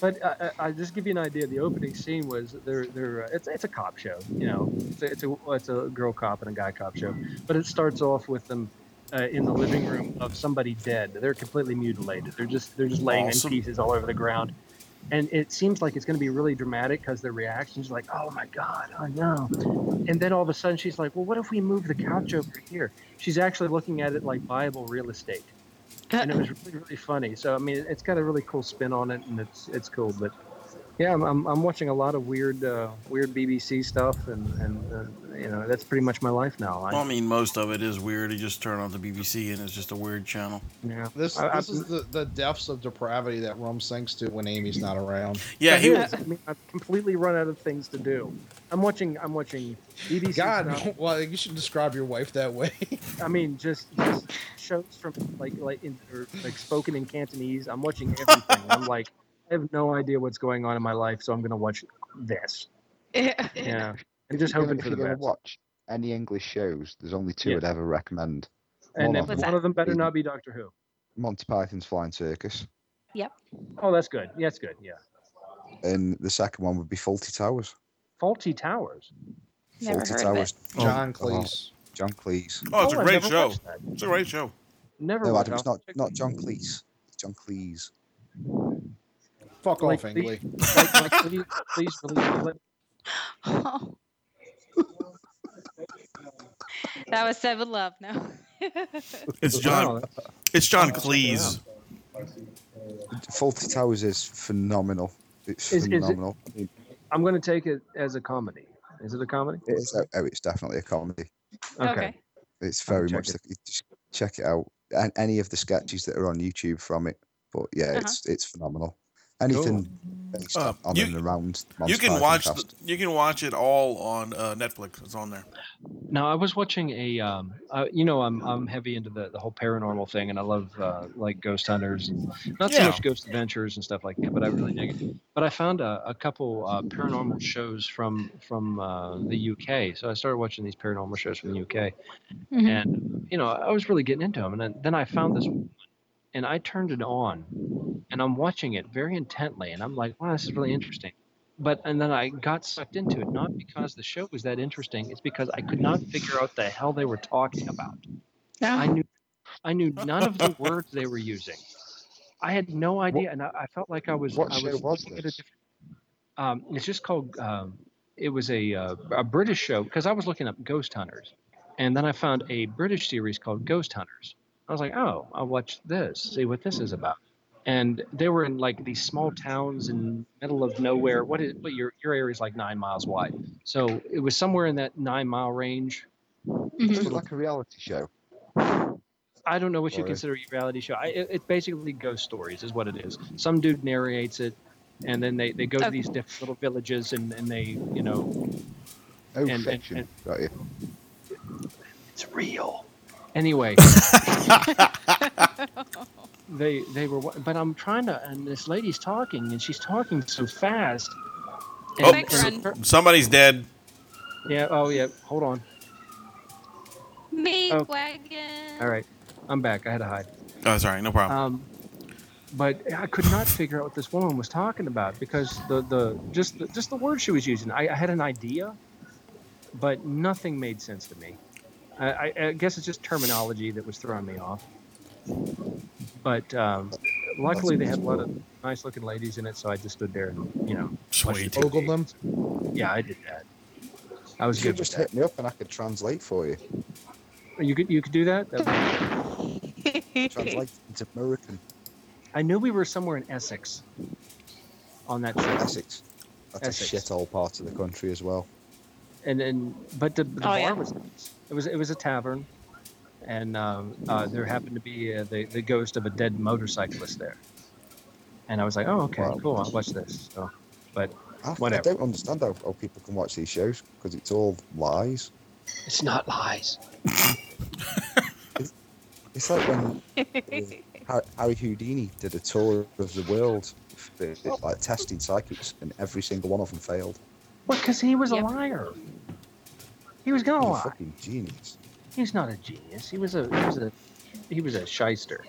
But I, I, I just give you an idea. The opening scene was they're, they're, uh, it's, it's a cop show, you know, it's a, it's, a, it's a girl cop and a guy cop show. But it starts off with them uh, in the living room of somebody dead. They're completely mutilated. They're just they're just laying Awesome. in pieces all over the ground. And it seems like it's going to be really dramatic because their reactions like, oh my god, oh no. And then all of a sudden she's like, well, what if we move the couch over here? She's actually looking at it like viable real estate and it was really really funny. So I mean, it's got a really cool spin on it, and it's it's cool. But yeah, I'm I'm, I'm watching a lot of weird uh, weird BBC stuff, and and uh, you know that's pretty much my life now. I, Well, I mean, most of it is weird. You just turn on the BBC and it's just a weird channel. yeah. This I- I- this is the, the depths of depravity that Rum sinks to when Amy's not around. Yeah, it he is. I mean, I've completely run out of things to do. I'm watching. I'm watching BBC. stuff. God, well, you should describe your wife that way. I mean, just, just shows from like like in or, like spoken in Cantonese. I'm watching everything. I'm like, I have no idea what's going on in my life, so I'm gonna watch this. Yeah, and just If you're gonna- hoping for if the you're gonna best. watch any English shows, there's only two Yeah. I'd ever recommend: Hold And if on. one What's of them better Isn't- not be Doctor Who. Monty Python's Flying Circus, Oh, that's good. Yeah, that's good. Yeah. and the second one would be Faulty Towers. Faulty Towers. Never Faulty heard of Towers. John Oh, wow. Cleese. John Cleese. oh, it's a I've great never show. watched that. It's a great show. Never. No, watched Adam, it's I'll not not John Cleese. It's John Cleese. Fuck Like off, the- Engly. check- like, like, please, please believe me. that was Seven Love. No. It's John. Wow, It's John Cleese. Faulty Towers is phenomenal. It's Is- is it- phenomenal. I'm going to take it as a comedy. Is it a comedy? It's, oh, it's definitely a comedy. okay. It's very check much. it. The, just check it out. And any of the sketches that are on YouTube from it. But yeah, Uh-huh. it's it's phenomenal. Anything based Uh, on you- and around. You Monty can Python watch. The, cast. you can watch it all on uh, Netflix. It's on there. No, I was watching a. Um, uh, you know, I'm I'm heavy into the, the whole paranormal thing, and I love uh, like ghost hunters and not so Yeah. much ghost adventures and stuff like that. But I really dig it. But I found a, a couple uh, paranormal shows from from uh, the UK, so I started watching these paranormal shows from the UK, Mhm. and you know I was really getting into them. And then, then I found this, one, and I turned it on, and I'm watching it very intently, and I'm like, wow, this is really interesting. But and then I got sucked into it, not because the show was that interesting, it's because I could not figure out the hell they were talking about. I knew, I knew none of the words they were using. I had no idea, and I, I felt like I was. what I show was looking at a this? different- Um, it's just called. Um, it was a uh, a British show because I was looking up ghost hunters, and then I found a British series called Ghost Hunters. I was like, oh, I'll watch this, see what this is about. And they were in like these small towns in middle of nowhere. What is? But your your area is like nine miles wide, so it was somewhere in that nine mile range. Mm-hmm. So it's like a reality show. I don't know what you Or- consider a reality show. I, it, it's basically ghost stories, is what it is. Some dude narrates it, and then they, they go to Okay. these different little villages and, and they, you know, Oh, And- and- fiction. and- Got you. it's real. Anyway, they they were, wa- but I'm trying to, and this lady's talking, and she's talking so fast. Oh, Quick run. Somebody's dead. yeah, oh, yeah, hold on. Meat Oh. wagon. All right, I'm back. I had to hide. Oh, sorry, no problem. Um, but I could not figure out what this woman was talking about because the, the just the, just the word she was using. I, I had an idea, but nothing made sense to me. I, I, I guess it's just terminology that was throwing me off. But um, luckily, they had a lot of nice looking ladies in it, so I just stood there and you know, Sweet. watched Ogled them. yeah, I did that. I was You could good. With just that. hit me up and I could translate for you. You could you could do that. That- Translate into American I knew we were somewhere in Essex on that trip. Essex. That's Essex. a shithole part of the country as well. and and but the, the Oh, bar yeah. was it was it was a tavern, and um, uh, there happened to be uh, the the ghost of a dead motorcyclist there, and I was like, oh okay, Wow. cool, I'll watch this. So, but I, I Whatever. don't understand how, how people can watch these shows because it's all lies. It's not lies. It's like when uh, Har- Harry Houdini did a tour of the world, for, like testing psychics, and every single one of them failed. Well, because he was Yep. a liar. He was gonna He's a lie. fucking genius. He's not a genius. He was a he was a he was a shyster.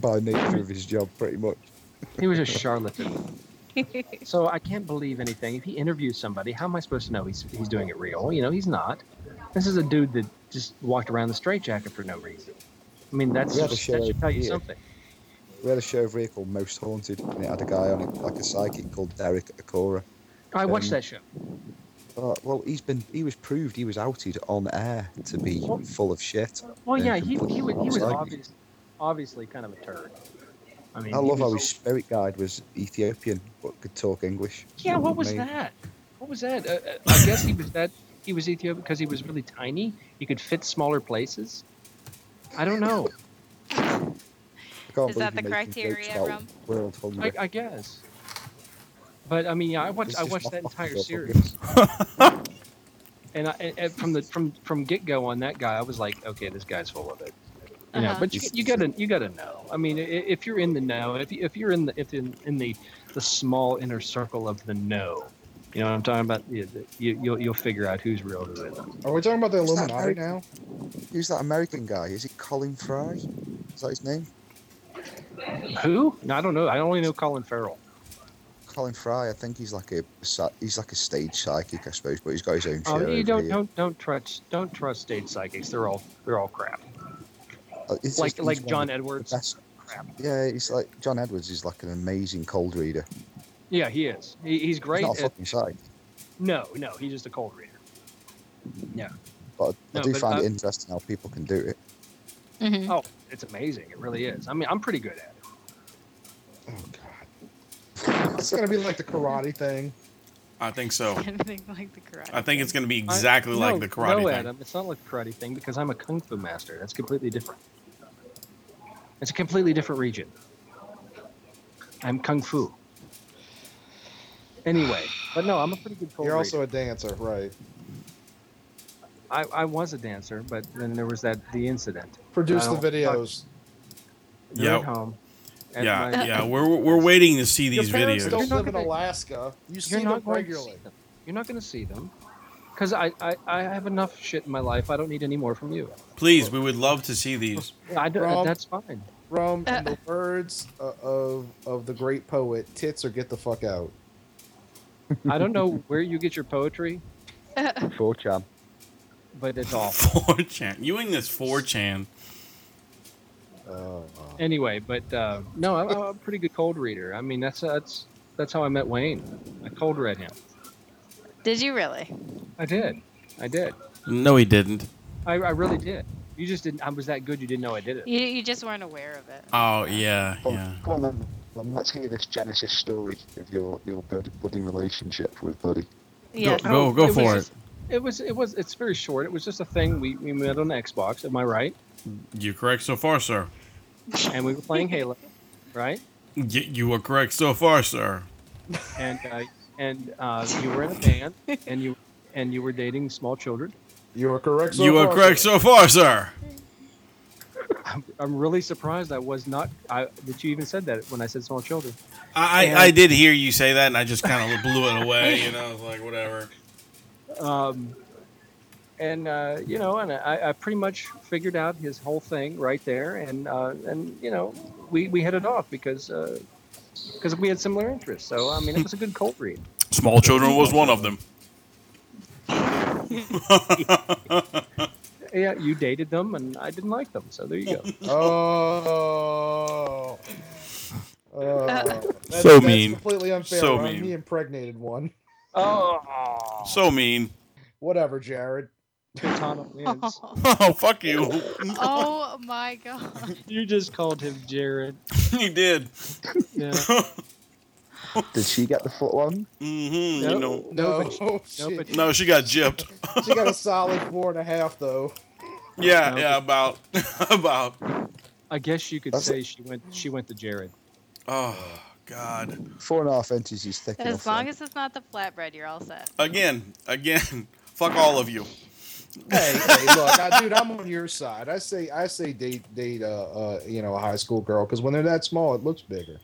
By nature of his job, pretty much. He was a charlatan. so I can't believe anything. If he interviews somebody, how am I supposed to know he's he's doing it real? You know, he's not. This is a dude that just walked around the straitjacket for no reason. I mean, that's We had a that show should tell you here. something. We had a show over here called Most Haunted, and it had a guy on it, like a psychic called Derek Akora. I watched Um, that show. Uh, well, he's been, he was proved he was outed on air to be full of shit. Well, and yeah, he, he, completely was, he was psychic. obvious, obviously kind of a turd. I mean, I he love how was- his spirit guide was Ethiopian but could talk English. Yeah, what was Amazing. that? What was that? Uh, uh, I guess he was that. He was Ethiopian because he was really tiny. He could fit smaller places. I don't know. I can't Is that believe the you're making jokes criteria, about Rum? World I, hunger. I guess. But I mean, yeah, I watched It's I just watched that not entire fucking series, and, I, and- and from the from from get go on that guy, I was like, okay, this guy's full of it. You know, Uh-huh. but you, He's- you gotta you gotta know. I mean, i- if you're in the know, if you, if you're in the if in, in the the small inner circle of the know, you know what I'm talking about. You, you you'll you'll figure out who's real and who isn't. Are we talking about the Is that Illuminati Harry- now? Who's that American guy? Is it Colin Fry? Is that his name? Who? No, I don't know. I only know Colin Farrell. Colin Fry. I think he's like a psy- he's like a stage psychic, I suppose, but he's got his own show. Oh, over you don't here. don't don't trust don't trust stage psychics. They're all they're all crap. Uh, it's just- Like he's like one John of the Edwards. best- Crap. Yeah, he's like John Edwards is like an amazing cold reader. Yeah, he is. He, he's He's great. not a At, fucking psychic. no, no, he's just a cold reader. But I, No, I do but, find uh, it interesting how people can do it. Mm-hmm. Hmm. Mhm. Oh, it's amazing. It really is. I mean, I'm pretty good at it. Oh god. It's gonna be like the karate thing. I think so. Anything like the karate. I think it's going to be I- exactly like no, the karate No, thing. Adam, it's not like the karate thing because I'm a kung fu master. That's completely different. It's a completely different region. I'm kung fu. Anyway, but no, I'm a pretty good cold You're reader. also a dancer, right? I, I was a dancer, but then there was that the incident. Produce No. the videos. You're Yeah. at home. at Yeah, my- yeah, we're we're waiting to see Your these parents videos. don't You're not live in gonna- Alaska. You see You're them not going to see regularly. them. You're not going to see them, because I, I I have enough shit in my life. I don't need any more from you. Please, we would love to see these. I don't, Rob. that's fine. From in Uh. the words uh, of of the great poet, tits or get the fuck out. I don't know where you get your poetry, Poor chap. but it's awful. 4chan. You and this 4chan. Uh, Anyway, but uh, no, I'm, I'm a pretty good cold reader. I mean, that's that's that's how I met Wayne. I cold read him. Did you really? I did. I did. No, he didn't. I, I really did. You just didn't. I was that good. You didn't know I did it. You, you just weren't aware of it. Oh, yeah, yeah. Come on, then. Let's hear this Genesis story of your your bud- budding relationship with Buddy. Yeah. Go- go- go was for just- oh, It was it was it's very short. It was just a thing we, we met on Xbox. Am I right? You're correct so far, sir. And we were playing Halo, right? Y- you are correct so far, sir. And uh, and uh, you were in a band, and you and you were dating small children. you are correct. So you are far, correct sir. so far, sir. I'm, I'm really surprised I was not I, that you even said that when I said small children. I, And- I, I did hear you say that, and I just kind of blew it away. You know, I was like, whatever. Um, and uh, you know, and I, I pretty much figured out his whole thing right there, and uh, and you know, we we hit it off because. Uh, because we had similar interests, so I mean, it was a good cold read. Small children was one of them. Yeah, you dated them, and I didn't like them, so there you go. Oh. Oh. That's- So that's mean. Completely unfair. So Ron. mean. He impregnated one. Oh, So mean. Whatever, Jared. Katana wins. Oh, fuck you. oh my god. You just called him Jared. you did. Yeah. Did she get the foot long? hmm You know. No, but- she, but- No, she got gypped. she got a solid four and a half though. Yeah, No. yeah, about, about. I guess you could That's- say she went. She went to Jared. Oh God. Four and a half inches is thick enough. As long then. as it's not the flatbread, you're all set. Again, again. Fuck all of you. hey, hey, look, I, dude, I'm on your side. I say, I say, date, date, uh, uh, you know, a high school girl because when they're that small, it looks bigger.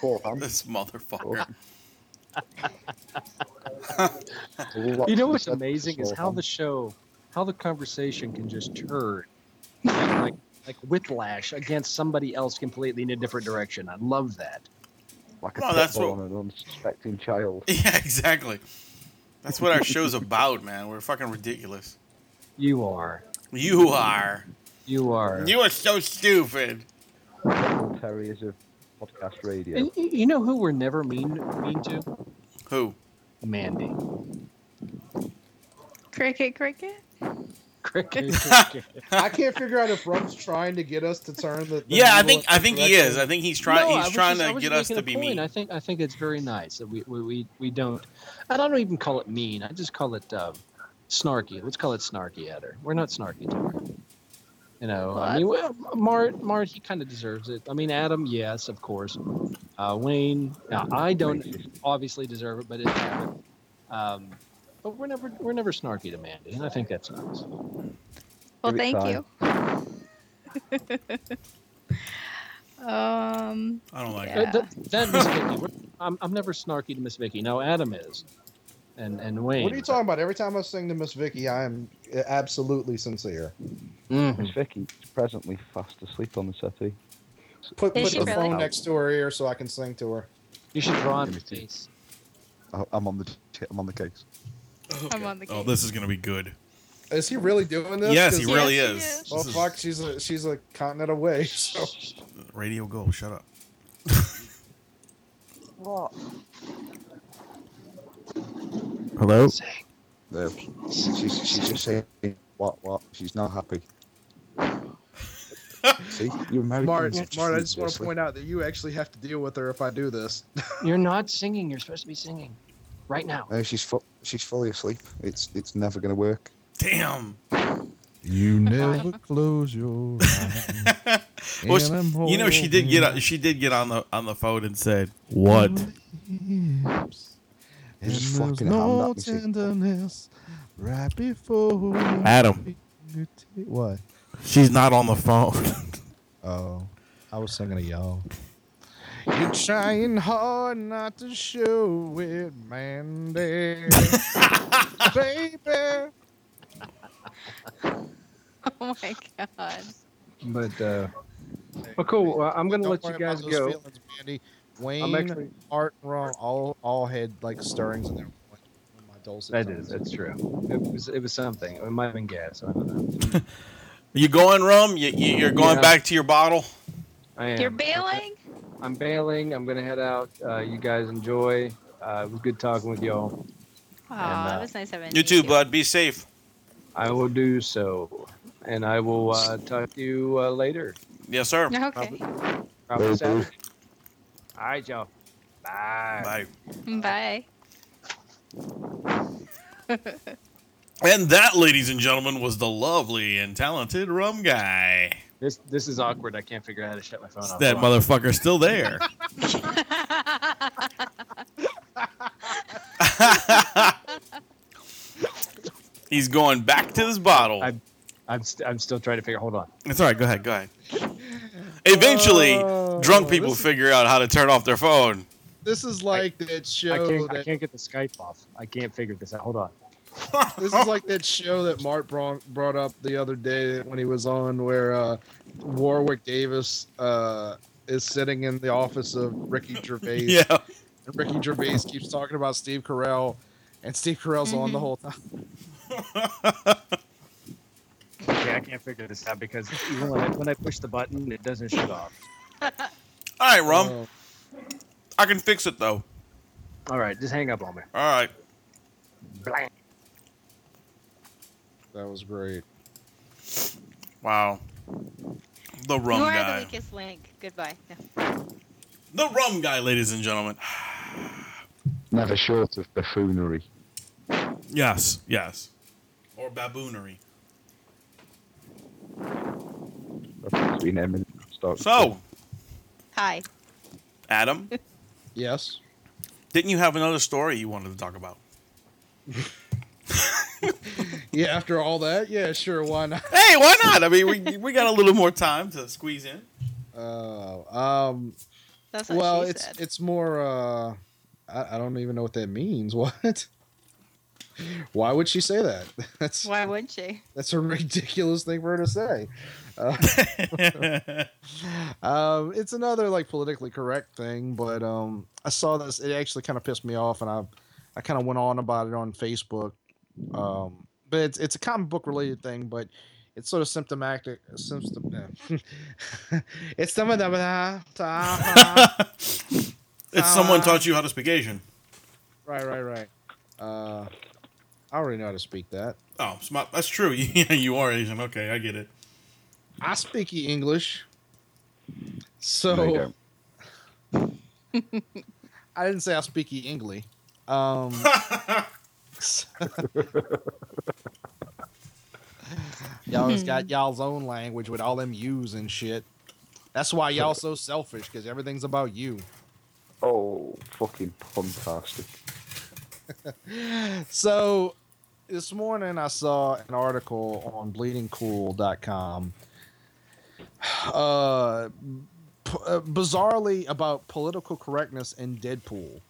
Four hand. This motherfucker. A lot You to be know what's said for amazing is small how hand. the show, how the conversation can just turn like, like whiplash against somebody else completely in a different direction. I love that. like a No, that's football what- on an unsuspecting child. Yeah, exactly. That's what our show's about, man. We're fucking ridiculous. You are. You are. You are. You are so stupid. Bull Terriers of podcast radio. Mm, And y- you know who we're never mean mean to? Who? Mandy. Cricket, cricket. Cricket. I can't figure out if Rum's trying to get us to turn the. the Yeah, I needle think in I the think he direction. is. I think he's trying. No, I he's was trying just- I to was get just us to making be a point. mean. I think I think it's very nice that we we, we, we don't. I don't even call it mean. I just call it um, snarky. Let's call it snarky at her. We're not snarky to her. You know, I mean, well, Mart, Mart, he kind of deserves it. I mean, Adam, yes, of course. Uh, Wayne, now, I don't obviously deserve it, but it happened. Um, but we're never we're never snarky to Mandy, and I think that's nice. Well, Give it thank time. you. um, I don't like Yeah. it. Uh, That, that Miss Vicky, we're- I'm, I'm never snarky to Miss Vicky. No, Adam is, and and Wayne. What are you talking about? Every time I sing to Miss Vicky, I am uh, absolutely sincere. Mhm. Miss Vicky is presently fast asleep on the settee. Put, Is put she the really? phone next to her ear so I can sing to her. You should draw on your Everything. face. I- I'm on the I'm on the case. I'm on the Oh, case. this is gonna be good. Is he really doing this? yes, 'Cause- he really Yes, he is. is. Well, This is fuck, she's a she's a continent away. So Radio Go. Shut up. What? Hello. No. She's, she's just saying what what. She's not happy. See, you're married. Martin, Martin, I just want to point out that you actually have to deal with her if I do this. You're not singing. You're supposed to be singing, right now. No, she's fu- she's fully asleep. It's it's never gonna work. Damn. You never close your eyes. Well, and I'm she- you know she did get holding on- she did get on the on the phone and said what? lips. And Just there's fucking hand no that machine. tenderness right before Adam. your fingerti- What? She's not on the phone. Oh, I was singing to y'all. You're trying hard not to show it, Mandy. Baby. Oh my god. But uh, well, cool. Well, I'm gonna Don't let worry you about guys those go. Feelings, Mandy. Wayne, I'm actually. Art, and Ron all all had like stirrings in their in my dulcet That tones. is. That's true. It was. It was something. It might have been gas. I don't know. you going rum? You, you you're going Yeah. back to your bottle? I am. You're bailing? I'm bailing. I'm gonna head out. Uh, you guys enjoy. Uh, it was good talking with y'all. Oh, And, uh, that was nice having You too, bud. Be safe. I will do so, and I will uh, talk to you uh, later. Yes, sir. Okay. Probably Boo-boo. Saturday. All right, y'all. Bye. Bye. Bye. And that, ladies and gentlemen, was the lovely and talented rum guy. This this is awkward. I can't figure out how to shut my phone off. That motherfucker's still there. He's going back to his bottle. I- I'm st- I'm still trying to figure. Hold on. It's all right. Go ahead. Go ahead. Eventually, drunk Oh, people this is- figure out how to turn off their phone. This is like that I show can't I that can't get the Skype off. I can't figure this out. Hold on. this is like that show that Mark brought, brought up the other day when he was on, where uh, Warwick Davis uh, is sitting in the office of Ricky Gervais. Yeah. And Ricky Gervais keeps talking about Steve Carell, and Steve Carell's on the Mhm. whole time. Okay, I can't figure this out because even when I when I push the button, it doesn't shut off. All right, Rum. Uh, I can fix it though. All right, just hang up on me. All right. Blank. that was great. Wow. The rum you are guy. the weakest link. Goodbye. No. The rum guy, ladies and gentlemen. Never short of buffoonery. Yes. Yes. Or baboonery. That's between him and Stark. So, Hi. Adam, Yes. didn't you have another story you wanted to talk about? Yeah. After all that, yeah, sure. Why not? Hey, why not? I mean, we, we got a little more time to squeeze in. Oh, um, That's what well, she it's said. it's more. Uh, I, I don't even know what that means. What? Why would she say that? That's Why wouldn't she? that's a ridiculous thing for her to say. Uh, um, it's another like politically correct thing, but um, I saw this. It actually kind of pissed me off, and I I kind of went on about it on Facebook. Um, but it's it's a comic book related thing, but it's sort of symptomatic. Symptom, it's some of the It's someone taught you how to speak Asian. right, right, right. Uh, I already know how to speak that. Oh, smart. That's true. Yeah, you are Asian. Okay, I get it. I speak English, There you so. go. I didn't say I speak English. Um, so- y'all has got y'all's own language with all them yous and shit. That's why y'all so selfish because everything's about you. Oh, fucking fantastic. So this morning I saw an article on bleedingcool.com uh, p- uh, bizarrely about political correctness in Deadpool.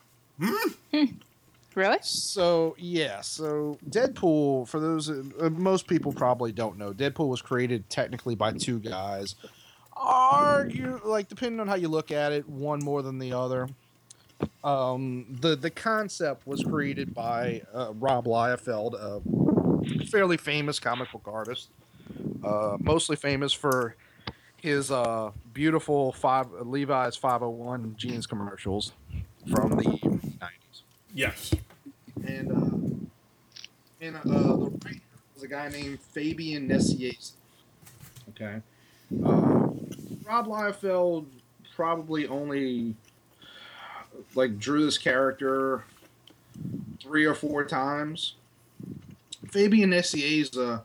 Really? So yeah, so Deadpool. For those, uh, most people probably don't know, Deadpool was created technically by two guys. Argue like depending on how you look at it, one more than the other. Um, the the concept was created by uh, Rob Liefeld, a fairly famous comic book artist, uh, mostly famous for his uh, beautiful five Levi's five hundred one jeans commercials from the nineties Yes. and uh, and uh, the writer was a guy named Fabian Nessiers. Okay. Uh, Rob Liefeld probably only like drew this character three or four times. Fabian Nessiers uh,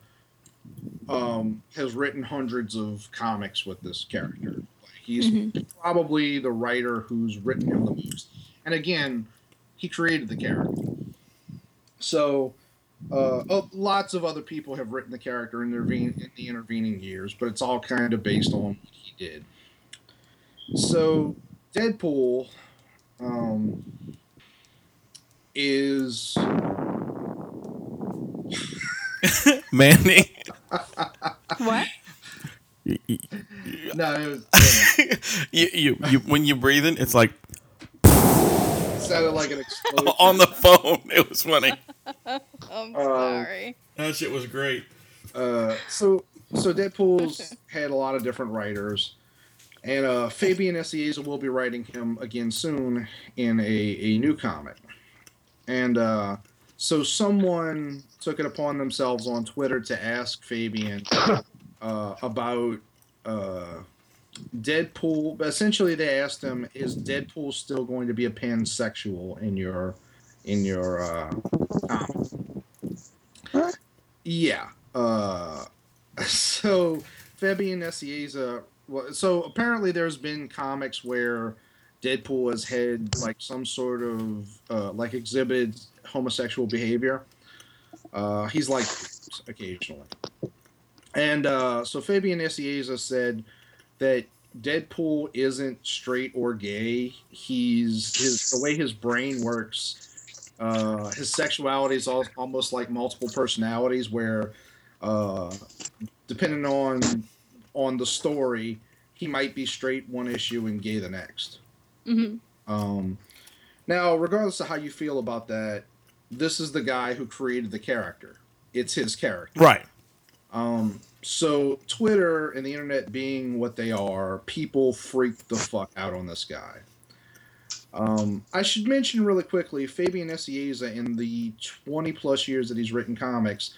um, has written hundreds of comics with this character. Like, he's probably the writer who's written him the most. And again, he created the character. So, uh, oh, lots of other people have written the character in, their, in the intervening years, but it's all kind of based on what he did. So, Deadpool um, is. Mandy. What? No, it, was, you, you, you, when you're breathing, it's like it sounded like an explosion. on the phone. It was funny. I'm Uh, sorry. That shit was great. Uh, so so Deadpool's had a lot of different writers, and uh, Fabian Essieza will be writing him again soon in a, a new comic. And uh, so someone took it upon themselves on Twitter to ask Fabian uh, about uh, Deadpool. Essentially, they asked him, "Is Deadpool still going to be a pansexual in your in your uh, comic?" Yeah. Uh, so Fabian Nessieza. Well, so apparently, there's been comics where Deadpool has had like some sort of uh, like exhibited homosexual behavior. Uh, he's like occasionally, and uh, so Fabian Nessieza said that Deadpool isn't straight or gay. He's his the way his brain works uh, his sexuality is al- almost like multiple personalities where uh, depending on on the story he might be straight one issue and gay the next Mhm. um, now regardless of how you feel about that this is the guy who created the character it's his character Right. um, so Twitter and the internet being what they are, people freaked the fuck out on this guy. Um, I should mention really quickly, Fabian Essieza in the 20 plus years that he's written comics,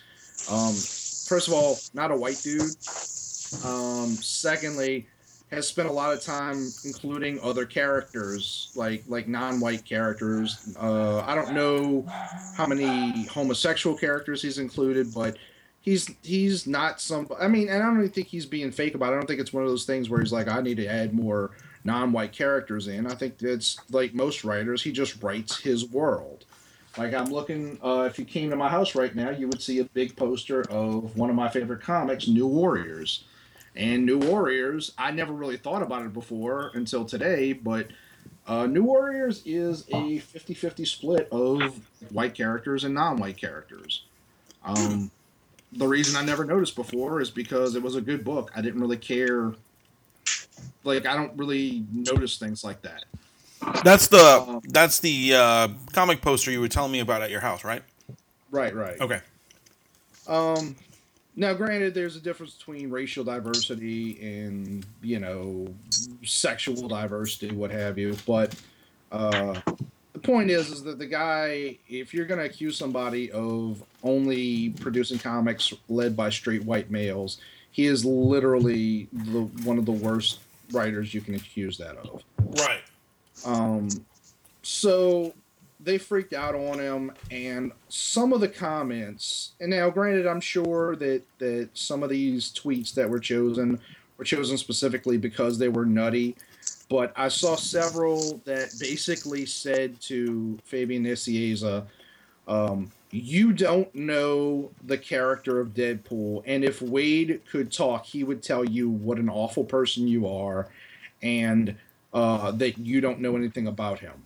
um, first of all, not a white dude. Um, secondly, has spent a lot of time including other characters, like like non-white characters. Uh, I don't know how many homosexual characters he's included, but he's he's not some. I mean, and I don't even think he's being fake about. it. I don't think it's one of those things where he's like, I need to add more non-white characters in. I think that's like most writers, he just writes his world. Like I'm looking, uh, if you came to my house right now, you would see a big poster of one of my favorite comics, New Warriors. And New Warriors, I never really thought about it before until today, but uh, New Warriors is a 50 50 split of white characters and non white characters. Um, the reason I never noticed before is because it was a good book. I didn't really care. Like, I don't really notice things like that. That's the that's the uh, comic poster you were telling me about at your house, right? Right, right. Okay. Um, now, granted, there's a difference between racial diversity and you know sexual diversity, what have you. But uh, the point is, is that the guy, if you're going to accuse somebody of only producing comics led by straight white males, he is literally the one of the worst writers you can accuse that of. Right. Um, so they freaked out on him, and some of the comments. And now, granted, I'm sure that that some of these tweets that were chosen were chosen specifically because they were nutty. But I saw several that basically said to Fabian Nicieza, um, "You don't know the character of Deadpool, and if Wade could talk, he would tell you what an awful person you are, and uh, that you don't know anything about him."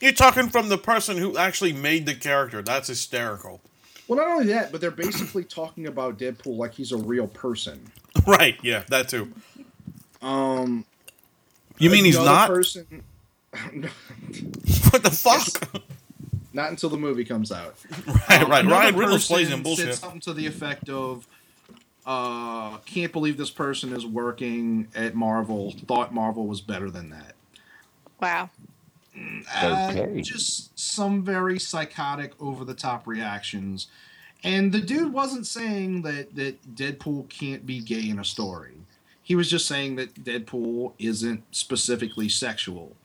You're talking from the person who actually made the character. That's hysterical. Well, not only that, but they're basically talking about Deadpool like he's a real person. Right. Yeah, that too. Um, You mean he's another not? person. What the fuck? not until the movie comes out. Right, right. another Ryan Reynolds person plays in bullshit. Said something to the effect of, uh, "Can't believe this person is working at Marvel. Thought Marvel was better than that." Wow. Uh, Okay. just some very psychotic, over the top reactions. And the dude wasn't saying that that Deadpool can't be gay in a story. He was just saying that Deadpool isn't specifically sexual.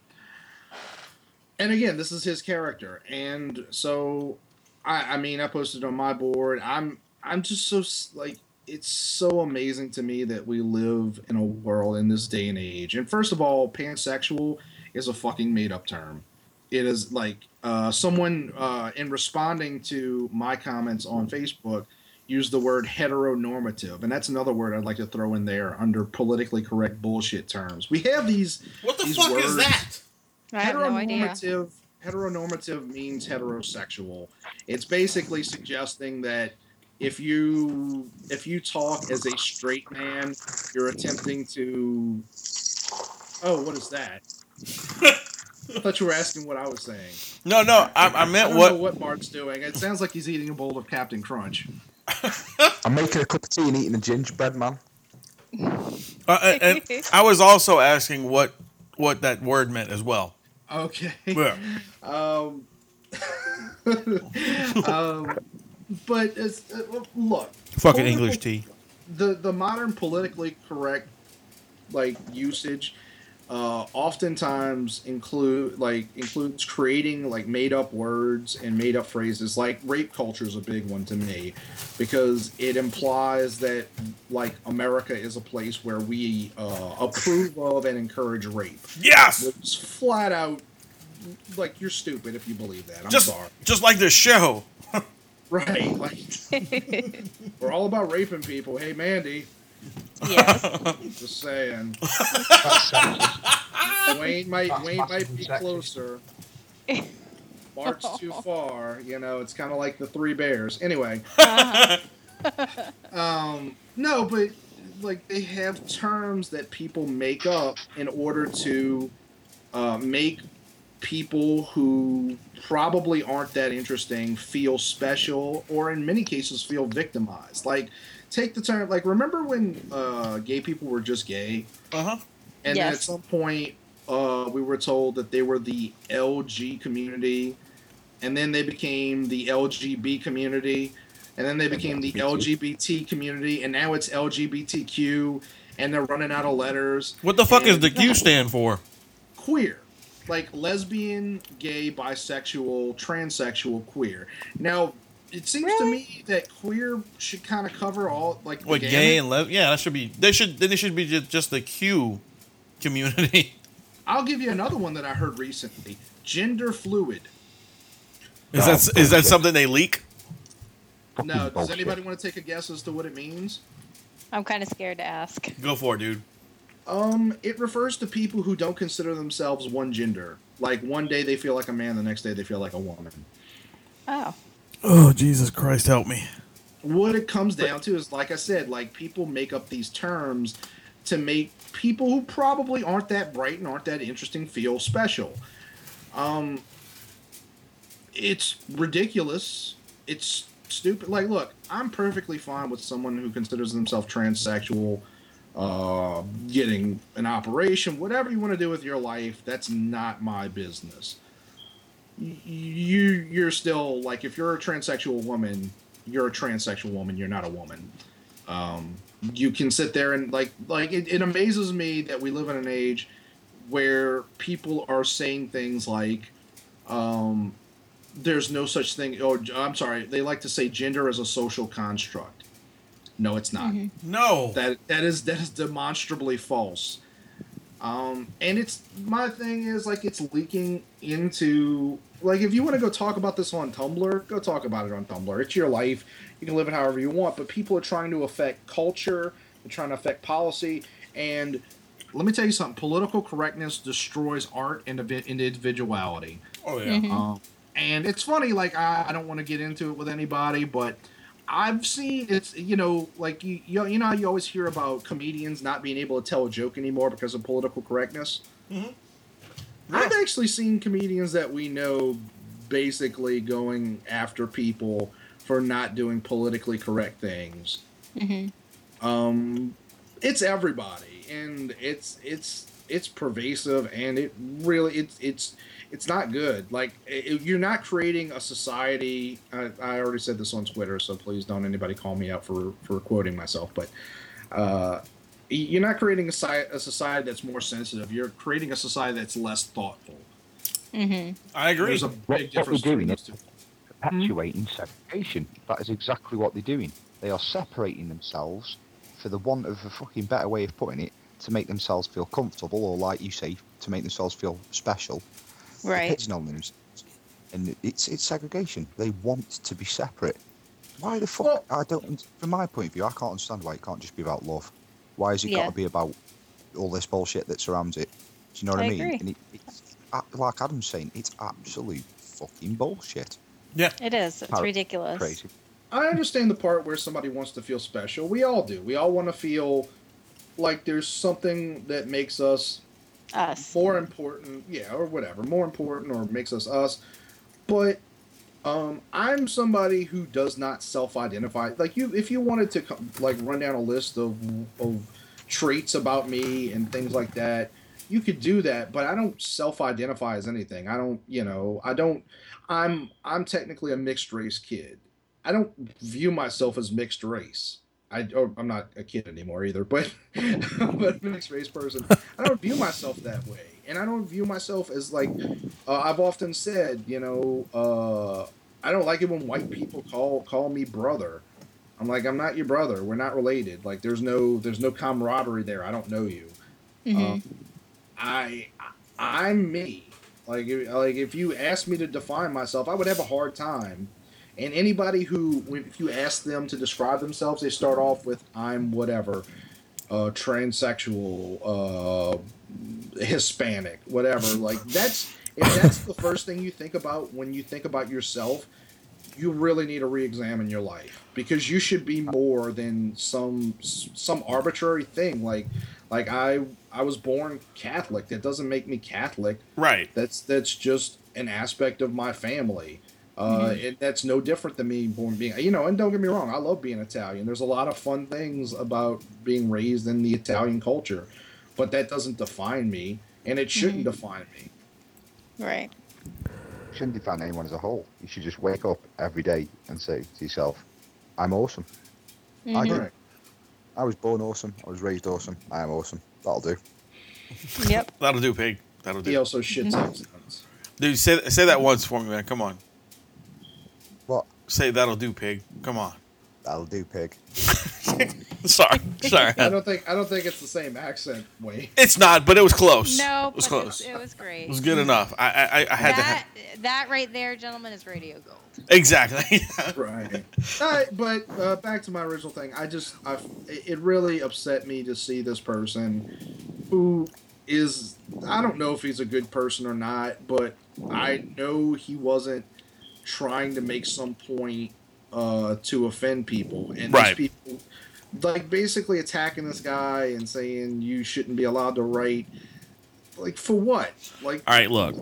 And again, this is his character. And so I I mean, I posted on my board. I'm I'm just so s- like it's so amazing to me that we live in a world in this day and age. And first of all, pansexual is a fucking made up term. It is like uh, someone uh, in responding to my comments on Facebook used the word heteronormative, and that's another word I'd like to throw in there under politically correct bullshit terms. We have these. What the these fuck is words- that? I have no idea. heteronormative heteronormative means heterosexual. It's basically suggesting that if you if you talk as a straight man, you're attempting to Oh, what is that? I thought you were asking what I was saying. No, no. I, I I meant don't what? know what Mark's doing. It sounds like he's eating a bowl of Captain Crunch. I'm making a cup of tea and eating a gingerbread man. Uh, and- and I was also asking what what that word meant as well. Okay. Yeah. Um, um, but it's, uh, look, Fucking political- English tea. the the modern politically correct like usage uh, oftentimes include like includes creating like made up words and made up phrases like rape culture is a big one to me because it implies that like America is a place where we uh, approve of and encourage rape. Yes. It's flat out like you're stupid if you believe that. I'm just sorry. just like this show. Right. Like we're all about raping people. Hey Mandy, Yes. just saying. Wayne might That's Wayne might be sexist. closer. Mark's too far. You know, it's kind of like the Three Bears. Anyway, um, no, but like they have terms that people make up in order to uh, make people who probably aren't that interesting feel special, or in many cases feel victimized. Like, take the term. Like, remember when uh, gay people were just gay? Uh huh. And then at Yes. some point, uh, we were told that they were the LG community, and then they became the LGB community, and then they became the LGBT community, and now it's LGBTQ, and they're running out of letters. What the fuck is And the Q stand for? Queer. Like lesbian, gay, bisexual, transsexual, queer. Now, it seems to me that queer should kind of cover all, like, the What gamut. gay and lesbian? Yeah, that should be. They should. They should be just, just the Q community. I'll give you another one that I heard recently. Gender fluid. Is that is that something they leak? Now, does anybody want to take a guess as to what it means? I'm kind of scared to ask. Go for it, dude. Um, it refers to people who don't consider themselves one gender. Like one day they feel like a man, the next day they feel like a woman. Oh. Oh Jesus Christ, help me! What it comes down to is, like I said, like people make up these terms to make people who probably aren't that bright and aren't that interesting feel special. Um, it's ridiculous. It's stupid. Like, look, I'm perfectly fine with someone who considers themselves transsexual, uh, getting an operation, whatever you want to do with your life. That's not my business. Y- You, you're still like, if you're a transsexual woman, you're a transsexual woman. You're not a woman. Um, you can sit there and like, like it, it amazes me that we live in an age where people are saying things like, um, there's no such thing. Oh, I'm sorry. They like to say gender is a social construct. No, it's not. No. That that is that is demonstrably false. Um, and it's my thing is like it's leaking into like if you want to go talk about this on Tumblr, go talk about it on Tumblr. It's your life. You can live it however you want. But people are trying to affect culture. They're trying to affect policy. And let me tell you something: political correctness destroys art and evi- and individuality. Oh yeah. Mhm. Um, and it's funny. Like I, I don't want to get into it with anybody, but I've seen it's you know like you you you know how you always hear about comedians not being able to tell a joke anymore because of political correctness. Mhm. I've actually seen comedians that we know basically going after people for not doing politically correct things. Mm-hmm. Um, it's everybody, and it's it's it's pervasive, and it really it's it's it's not good. Like i- i- you're not creating a society. I, I already said this on Twitter, so please don't anybody call me out for for quoting myself. But uh, y- you're not creating a, sci- a society that's more sensitive. You're creating a society that's less thoughtful. Mm-hmm. I agree. There's a big What, what difference they're doing between is perpetuating segregation. That is exactly what they're doing. They are separating themselves, for the want of a fucking better way of putting it, to make themselves feel comfortable, or like you say, to make themselves feel special. They're Right. Picking on themselves. And it's it's segregation. They want to be separate. Why the fuck? I don't. From my point of view, I can't understand why it can't just be about love. Why has it got Yeah. to be about all this bullshit that surrounds it? Do you know what I, I mean? agree. And it, it's a- like Adam's saying, it's absolute fucking bullshit. Yeah. It is. It's Par- ridiculous. Crazy. I understand the part where somebody wants to feel special. We all do. We all want to feel like there's something that makes us us more important, yeah, or whatever, more important or makes us us. But um, I'm somebody who does not self-identify. Like you, if you wanted to co- like run down a list of of traits about me and things like that, you could do that. But I don't self-identify as anything. I don't, you know, I don't. I'm I'm technically a mixed race kid. I don't view myself as mixed race. I, or I'm not a kid anymore either, but but a mixed race person. I don't view myself that way, and I don't view myself as like uh, I've often said. You know, uh, I don't like it when white people call call me brother. I'm like I'm not your brother. We're not related. Like there's no there's no camaraderie there. I don't know you. Mm-hmm. Um, I I- I'm me. Like if- like if you asked me to define myself, I would have a hard time. And anybody who when- if you ask them to describe themselves, they start off with I'm whatever, uh, transsexual, uh, Hispanic, whatever. Like that's if that's the first thing you think about when you think about yourself, you really need to re-examine your life because you should be more than some some arbitrary thing like like i i was born catholic that doesn't make me catholic Right. that's that's just an aspect of my family uh, Mhm. it, that's no different than me born being you know and don't get me wrong i love being italian there's a lot of fun things about being raised in the italian culture but that doesn't define me and it shouldn't define me Right. shouldn't define anyone as a whole. You should just wake up every day and say to yourself, I'm awesome. I, Mm-hmm. Mhm. did. I was born awesome. I was raised awesome. I am awesome. That'll do. Yep. That'll do, pig. That'll do. he also shits himself Dude, say say that once for me, man. Come on. What? Say that'll do, pig. Come on. That'll do, pig. sorry, sorry. I don't think I don't think it's the same accent, Wayne. It's not, but it was close. No, it was but close. It, it was great. It was good enough. I I, I- I had to. that Ha- that right there, gentlemen, is radio gold. exactly. right. Uh, but uh, back to my original thing. I just, I, it it really upset me to see this person who is, I don't know if he's a good person or not, but I know he wasn't trying to make some point uh, to offend people. And Right. these people, like, basically attacking this guy and saying you shouldn't be allowed to write. Like, for what? Like, All right, look.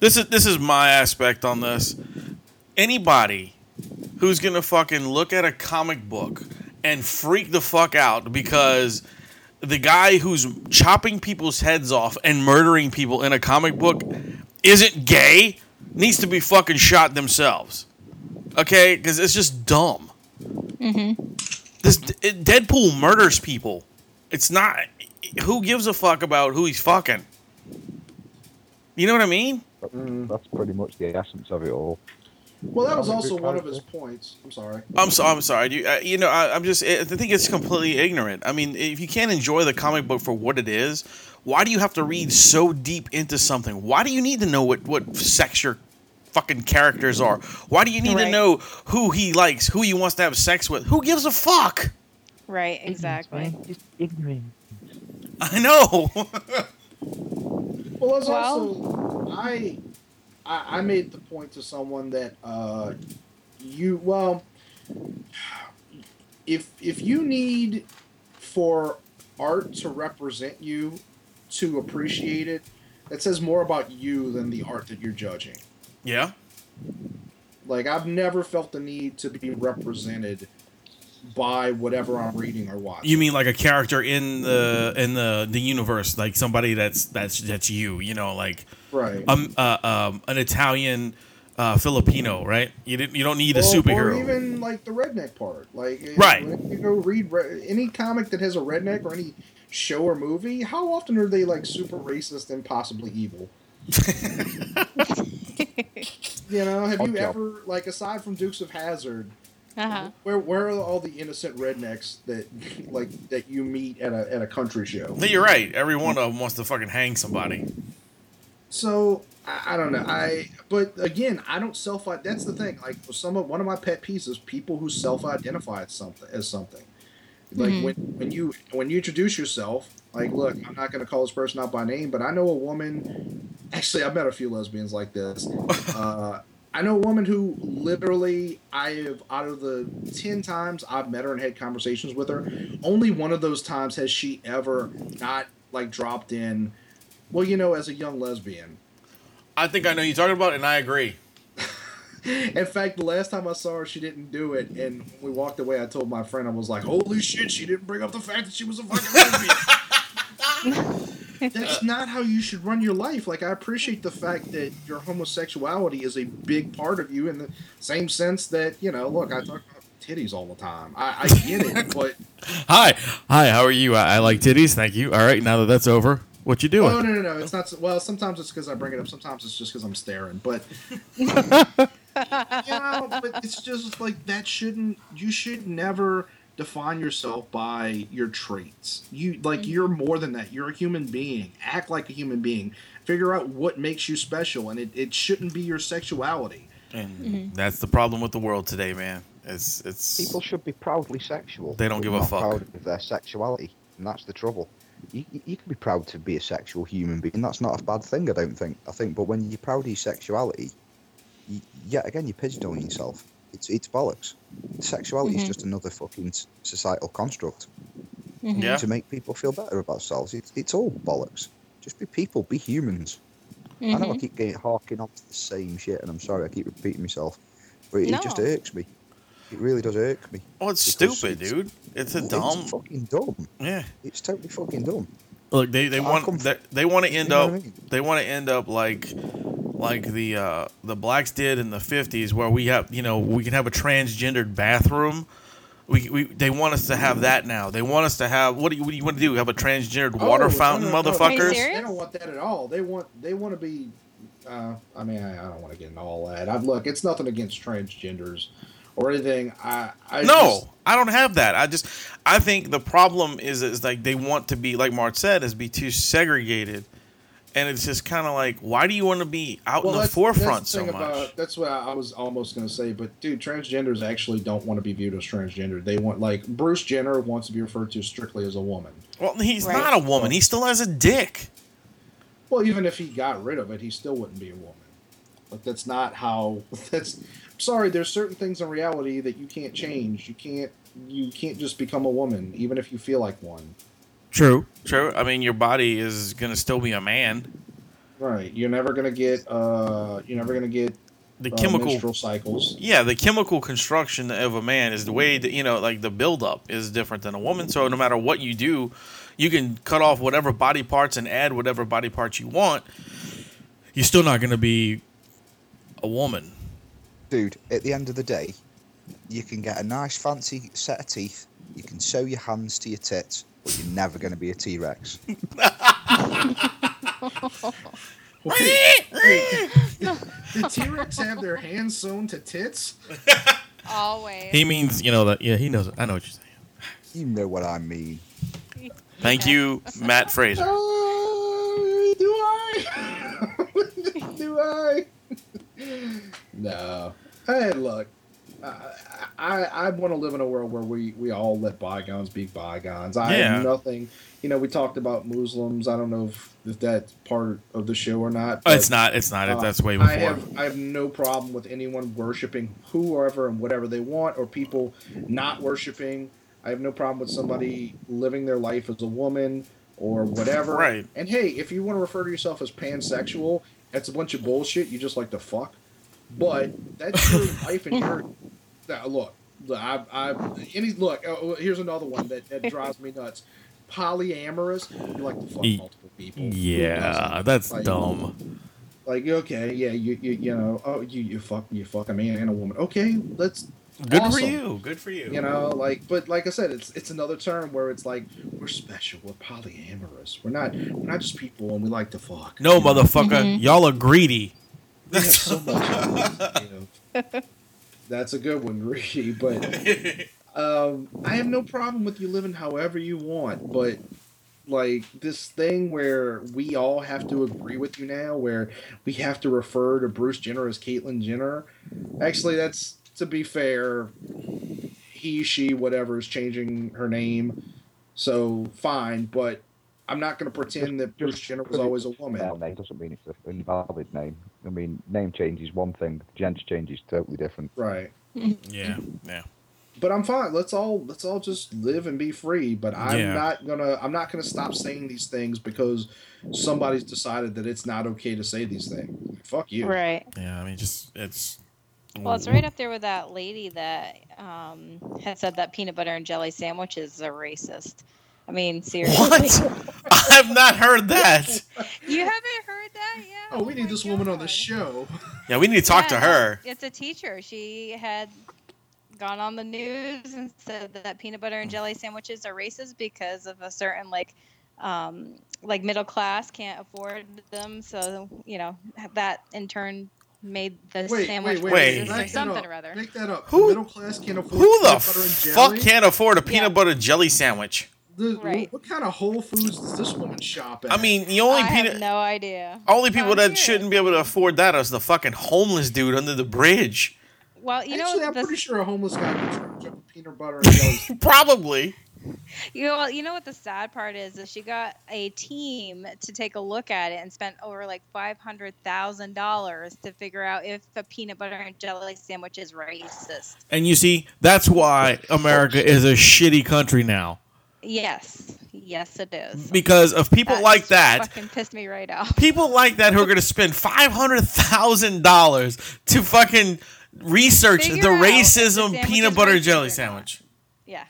This is this is my aspect on this. Anybody who's gonna fucking look at a comic book and freak the fuck out because the guy who's chopping people's heads off and murdering people in a comic book isn't gay needs to be fucking shot themselves. Okay, because it's just dumb. Mm-hmm. This it, Deadpool murders people. It's not. Who gives a fuck about who he's fucking? You know what I mean? That's, that's pretty much the essence of it all. well, that was also one of his points. I'm sorry. I'm so, I'm sorry. You, uh, you know, I, I'm just. I think it's completely ignorant. I mean, if you can't enjoy the comic book for what it is, why do you have to read so deep into something? Why do you need to know what what sex your fucking characters are? Why do you need to Right. know who he likes, who he wants to have sex with? Who gives a fuck? Right, exactly. I know. Well, it's Well- also I, I I made the point to someone that uh, you well, if if you need for art to represent you, to appreciate it, that says more about you than the art that you're judging. yeah. Like I've never felt the need to be represented by whatever I'm reading or watching. You mean like a character in the in the the universe, like somebody that's that's that's you. You know, like right. um, uh, um an Italian uh, Filipino, right? You didn't you don't need a Or- superhero. Or even like the redneck part. Like you know, Right. when you go read re- any comic that has a redneck or any show or movie. How often are they like super racist and possibly evil? you know, have you Okay. ever like aside from Dukes of Hazard, Uh-huh. where where are all the innocent rednecks that like that you meet at a at a country show? No, You're right. Every one of them wants to fucking hang somebody. So I, I don't know. I but again, I don't self. That's the thing. Like some of one of my pet peeves is people who self-identify as something as something. Like Mhm. when when you when you introduce yourself, like, look, I'm not going to call this person out by name, but I know a woman. Actually, I've met a few lesbians like this. Uh, I know a woman who literally, I have out of the ten times I've met her and had conversations with her, only one of those times has she ever not like dropped in. Well, you know, as a young lesbian, I think I know you're talking about, and I agree. In fact, the last time I saw her, she didn't do it, and when we walked away. I told my friend, I was like, "Holy shit, she didn't bring up the fact that she was a fucking lesbian." That's not how you should run your life. Like, I appreciate the fact that your homosexuality is a big part of you, in the same sense that you know, look, I talk about titties all the time. I, I get it, but Hi, hi. How are you? I, I like titties. Thank you. All right. Now that that's over, what you oh no, no, no, it's not. so- Well, sometimes it's because I bring it up. Sometimes it's just because I'm staring, but. you know, but it's just like that shouldn't you should never define yourself by your traits. You like you're more than that. You're a human being. Act like a human being. Figure out what makes you special and it, it shouldn't be your sexuality. And that's the problem with the world today, man. It's it's People should be proudly sexual. They don't but give a not fuck. Proud of their sexuality, and that's the trouble. You, you- you can be proud to be a sexual human being. That's not a bad thing, I don't think. I think, but when you're proud of your sexuality, you, yet again, you're pigeonholing yourself. It's it's bollocks. Sexuality Mhm. is just another fucking s- societal construct Mhm. yeah. to make people feel better about themselves. It's it's all bollocks. Just be people. Be humans. I know I Mhm. keep getting harking on to the same shit, and I'm sorry, I keep repeating myself, but it, it just No. irks me. It really does irk me. Oh, it's Because stupid, it's- dude. It's a It's dumb. fucking dumb. Yeah. It's totally fucking dumb. Look, they they How come- want they, they want to end know up what I mean? they want to end up like like the uh, the blacks did in the fifties, where we have you know we can have a transgendered bathroom. We, we they want us to have that now. They want us to have what do you, what do you want to do? Have a transgendered water Oh, no, fountain, no, no. motherfuckers? serious? They don't want that at all. They want they want to be uh, I mean I, I don't want to get into all that. I look, it's nothing against transgenders or anything. I, I no, I don't have that. I just I think the problem is is like they want to be like Mark said is be too segregated, and it's just kind of like why do you want to be out in the that's- forefront that's the so thing much? about- that's what I I was almost going to say. But dude, transgenders actually don't want to be viewed as transgender. They want like Bruce Jenner wants to be referred to strictly as a woman. well, he's Right. not a woman. He still has a dick. Well, even if he got rid of it, he still wouldn't be a woman. Like that's not how. That's sorry. There's certain things in reality that you can't change. You can't. You can't just become a woman, even if you feel like one. True. True. I mean, your body is gonna still be a man. Right. You're never gonna get. Uh. You're never gonna get The uh, chemical- menstrual cycles. Yeah, the chemical construction of a man is the way that you know, like the buildup is different than a woman. So no matter what you do, you can cut off whatever body parts and add whatever body parts you want. You're still not gonna be a woman. Dude, at the end of the day, you can get a nice fancy set of teeth, you can sew your hands to your tits, but you're never going to be a T Rex. Did T Rex have their hands sewn to tits? Always. He means you know that. Yeah, he knows. I know what you're saying. You know what I mean. Thank you, Matt Fraser. Oh, do I? do I? No. Hey, look. I I, I want to live in a world where we, we all let bygones be bygones. I Yeah. have nothing. You know, we talked about Muslims. I don't know if, if that's part of the show or not. Oh, it's but, not. It's not. uh, That's way I before. have I have no problem with anyone worshiping whoever and whatever they want, or people not worshiping. I have no problem with somebody living their life as a woman or whatever. Right. And hey, if you want to refer to yourself as pansexual, that's a bunch of bullshit. You just like to fuck. But that's your life and your. Now, look, look, I, I, any look. Oh, here's another one that, that drives me nuts. Polyamorous. You like to fuck E- multiple people. Who Yeah, doesn't? that's Like, dumb. like okay yeah you you, you know oh you, you fuck you fuck a man and a woman okay let's Good for awesome. you. Good for you. you know like but like i said it's it's another term where it's like we're special we're polyamorous we're not we're not just people and we like to fuck No, motherfucker. Mhm. Y'all are greedy. we have so much you know. that's a good one Ricky. but um i have no problem with you living however you want but like this thing where we all have to agree with you now, where we have to refer to Bruce Jenner as Caitlyn Jenner. Actually, that's to be fair. He, she, whatever is changing her name, so fine. But I'm not going to pretend that Bruce Jenner was always a Male woman. name doesn't mean it's an invalid name. I mean, name change is one thing, gender change is totally different. Right. Yeah, Mm-hmm. yeah. But I'm fine. Let's all let's all just live and be free. But I'm Yeah. not gonna I'm not gonna stop saying these things because somebody's decided that it's not okay to say these things. Fuck you. Right. Yeah, I mean, just it's. Well, it's right up there with that lady that um, had said that peanut butter and jelly sandwiches are racist. I mean, seriously. What? I've not heard that. You haven't heard that yet? Oh, we need this woman on the show. Yeah, we need to talk to Yeah, her. It's a teacher. She had gone on the news and said that peanut butter and jelly sandwiches are racist because of a certain like um, like middle class can't afford them. So you know that in turn made the sandwich racist or Back that something up. or other. Make that up. Who, middle class can't afford Who the peanut butter and jelly? fuck can't afford a peanut butter jelly sandwich? The- What kind of Whole Foods does this woman shop at? I mean, the only I peanut. Oh. have no idea. Only people that shouldn't be able to afford that is the fucking homeless dude under the bridge. Well, you Actually, know, I'm the- pretty sure a homeless guy can charge up a peanut butter and jelly. Probably. You know, you know what the sad part is? Is she got a team to take a look at it and spent over like five hundred thousand dollars to figure out if a peanut butter and jelly sandwich is racist. And you see, that's why America is a shitty country now. Yes, yes, it is. Because of people like that, fucking pissed me right off. people like that who are going to spend $500,000 to fucking research Figure the out if the racism sandwich peanut is butter racist jelly sandwich. Yeah.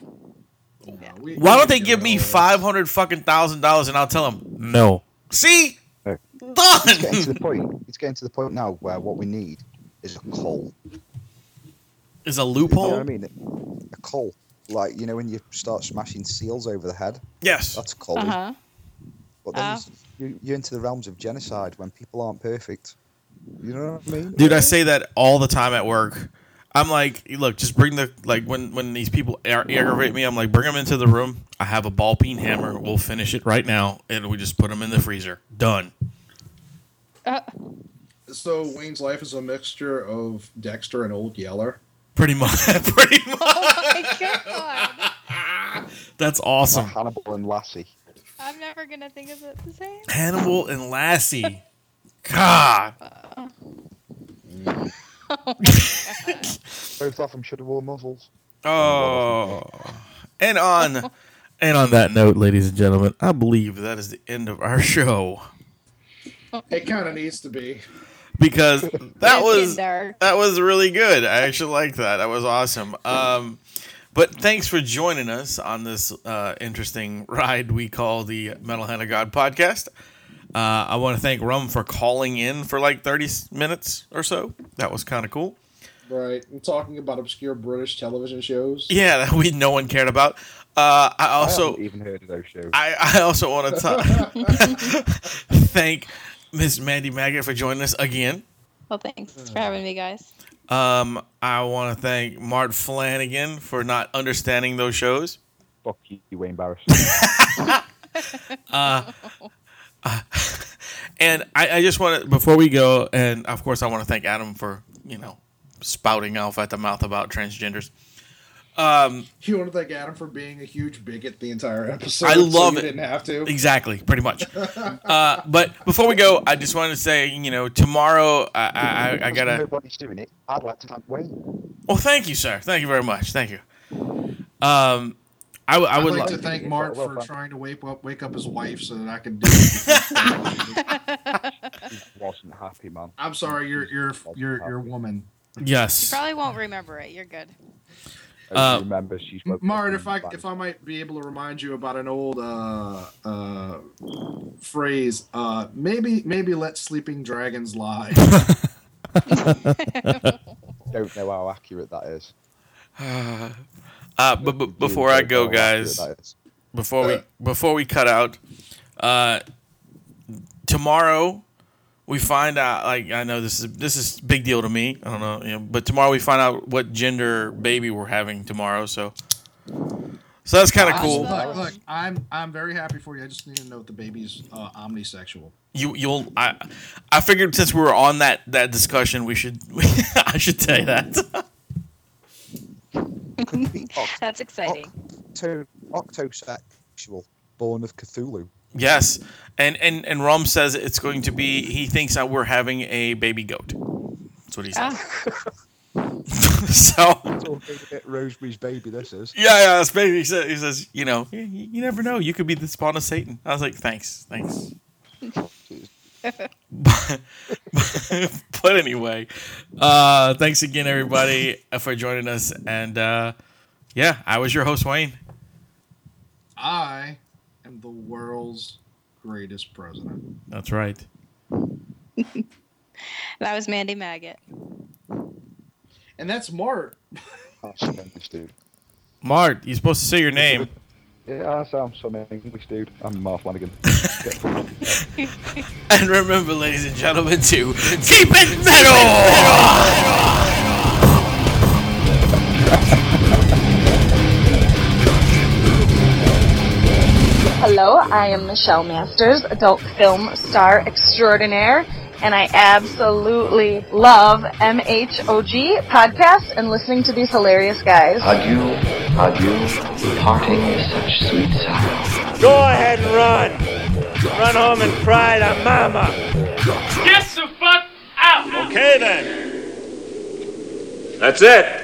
Why don't they give me 500 fucking thousand dollars and I'll tell them no. See? It's getting to the point. It's getting to the point now where what we need is a call. Is a loophole? You know what I mean? A call. Like you know when you start smashing seals over the head. Yes. That's a call. Uh-huh. But then you, you're into the realms of genocide when people aren't perfect. You know what I mean? Dude, I say that all the time at work. I'm like, look, just bring the like when when these people ar- aggravate me, I'm like, bring them into the room. I have a ball peen hammer. We'll finish it right now, and we just put them in the freezer. Done. so Wayne's life is a mixture of Dexter and Old Yeller. Pretty much. Pretty much. That's awesome. Hannibal and Lassie. I'm never gonna think of it the same. Hannibal and Lassie. God. Both of them should have worn muzzles. Oh. And on and on that note, ladies and gentlemen, I believe that is the end of our show It kind of needs to be. because that It's was dark. that was really good. I actually like that. That was awesome. Um, but thanks for joining us on this uh, interesting ride we call the Metal Hand of God podcast. Uh, I want to thank Rum for calling in for like 30 minutes or so. That was kind of cool. Right. I'm talking about obscure British television shows. Yeah, that we no one cared about. Uh, I also haven't even heard of those shows. I, I also want to thank Miss Mandy Maggot for joining us again. Well, thanks Uh. for having me, guys. Um, I want to thank Mart Flanagan for not understanding those shows. Fuck you, Wayne Barris. uh, uh, and I, I just want to before we go, and of course I want to thank Adam for you know spouting off at the mouth about transgenders. Um, You want to thank Adam for being a huge bigot the entire episode. I love so you it. Didn't have to. Exactly, pretty much. uh, but before we go, I just wanted to say, you know, tomorrow I, I, I, I gotta. Nobody's doing it. I'd like to thank Wayne. Well, thank you, sir. Thank you very much. Thank you. Um, I, w- I I'd would like li- to thank Mark for trying to wake up wake up his wife so that I can do. it. wasn't happy, man. I'm sorry, you're you're you're you're a woman. You Yes. probably won't remember it. You're good. Uh, remember, she's Mart, if I if I might be able to remind you about an old uh, uh, phrase, uh, maybe maybe let sleeping dragons lie. Don't know how accurate that is. Uh, but, but before I go, guys, before we before we cut out, uh, tomorrow we find out. Like I know this is this is big deal to me. I don't know, you know, but tomorrow we find out what gender baby we're having tomorrow. So, so that's kind of I'm- cool. Look, look, I'm I'm very happy for you. I just need to note the baby's uh, omnisexual. You you'll I I figured since we were on that that discussion, we should I should tell you that. That's exciting. Oh. Octo- octosexual, born of Cthulhu. yes, and and and Rom says it's going to be. He thinks that we're having a baby goat. That's what he said. so It's all going to get Rosemary's baby, this is. Yeah, yeah, that's baby. He says, he says you know, you, you never know. You could be the spawn of Satan. I was like, thanks, thanks. but anyway, uh, thanks again, everybody, uh, for joining us. And uh, yeah, I was your host, Wayne. I am the world's greatest president. That's right. That was Mandy Maggot. And that's Mart. dude. Mart, you're supposed to say your name. Yeah, I sound some English dude. I'm Mark Flanagan. And remember, ladies and gentlemen, to keep it metal! Hello, I am Michelle Masters, adult film star extraordinaire, and I absolutely love MHOG podcasts and listening to these hilarious guys. Adieu, adieu, parting is such sweet sorrow. Go ahead and run. Run home and cry to mama. Get the fuck out. Okay then. That's it.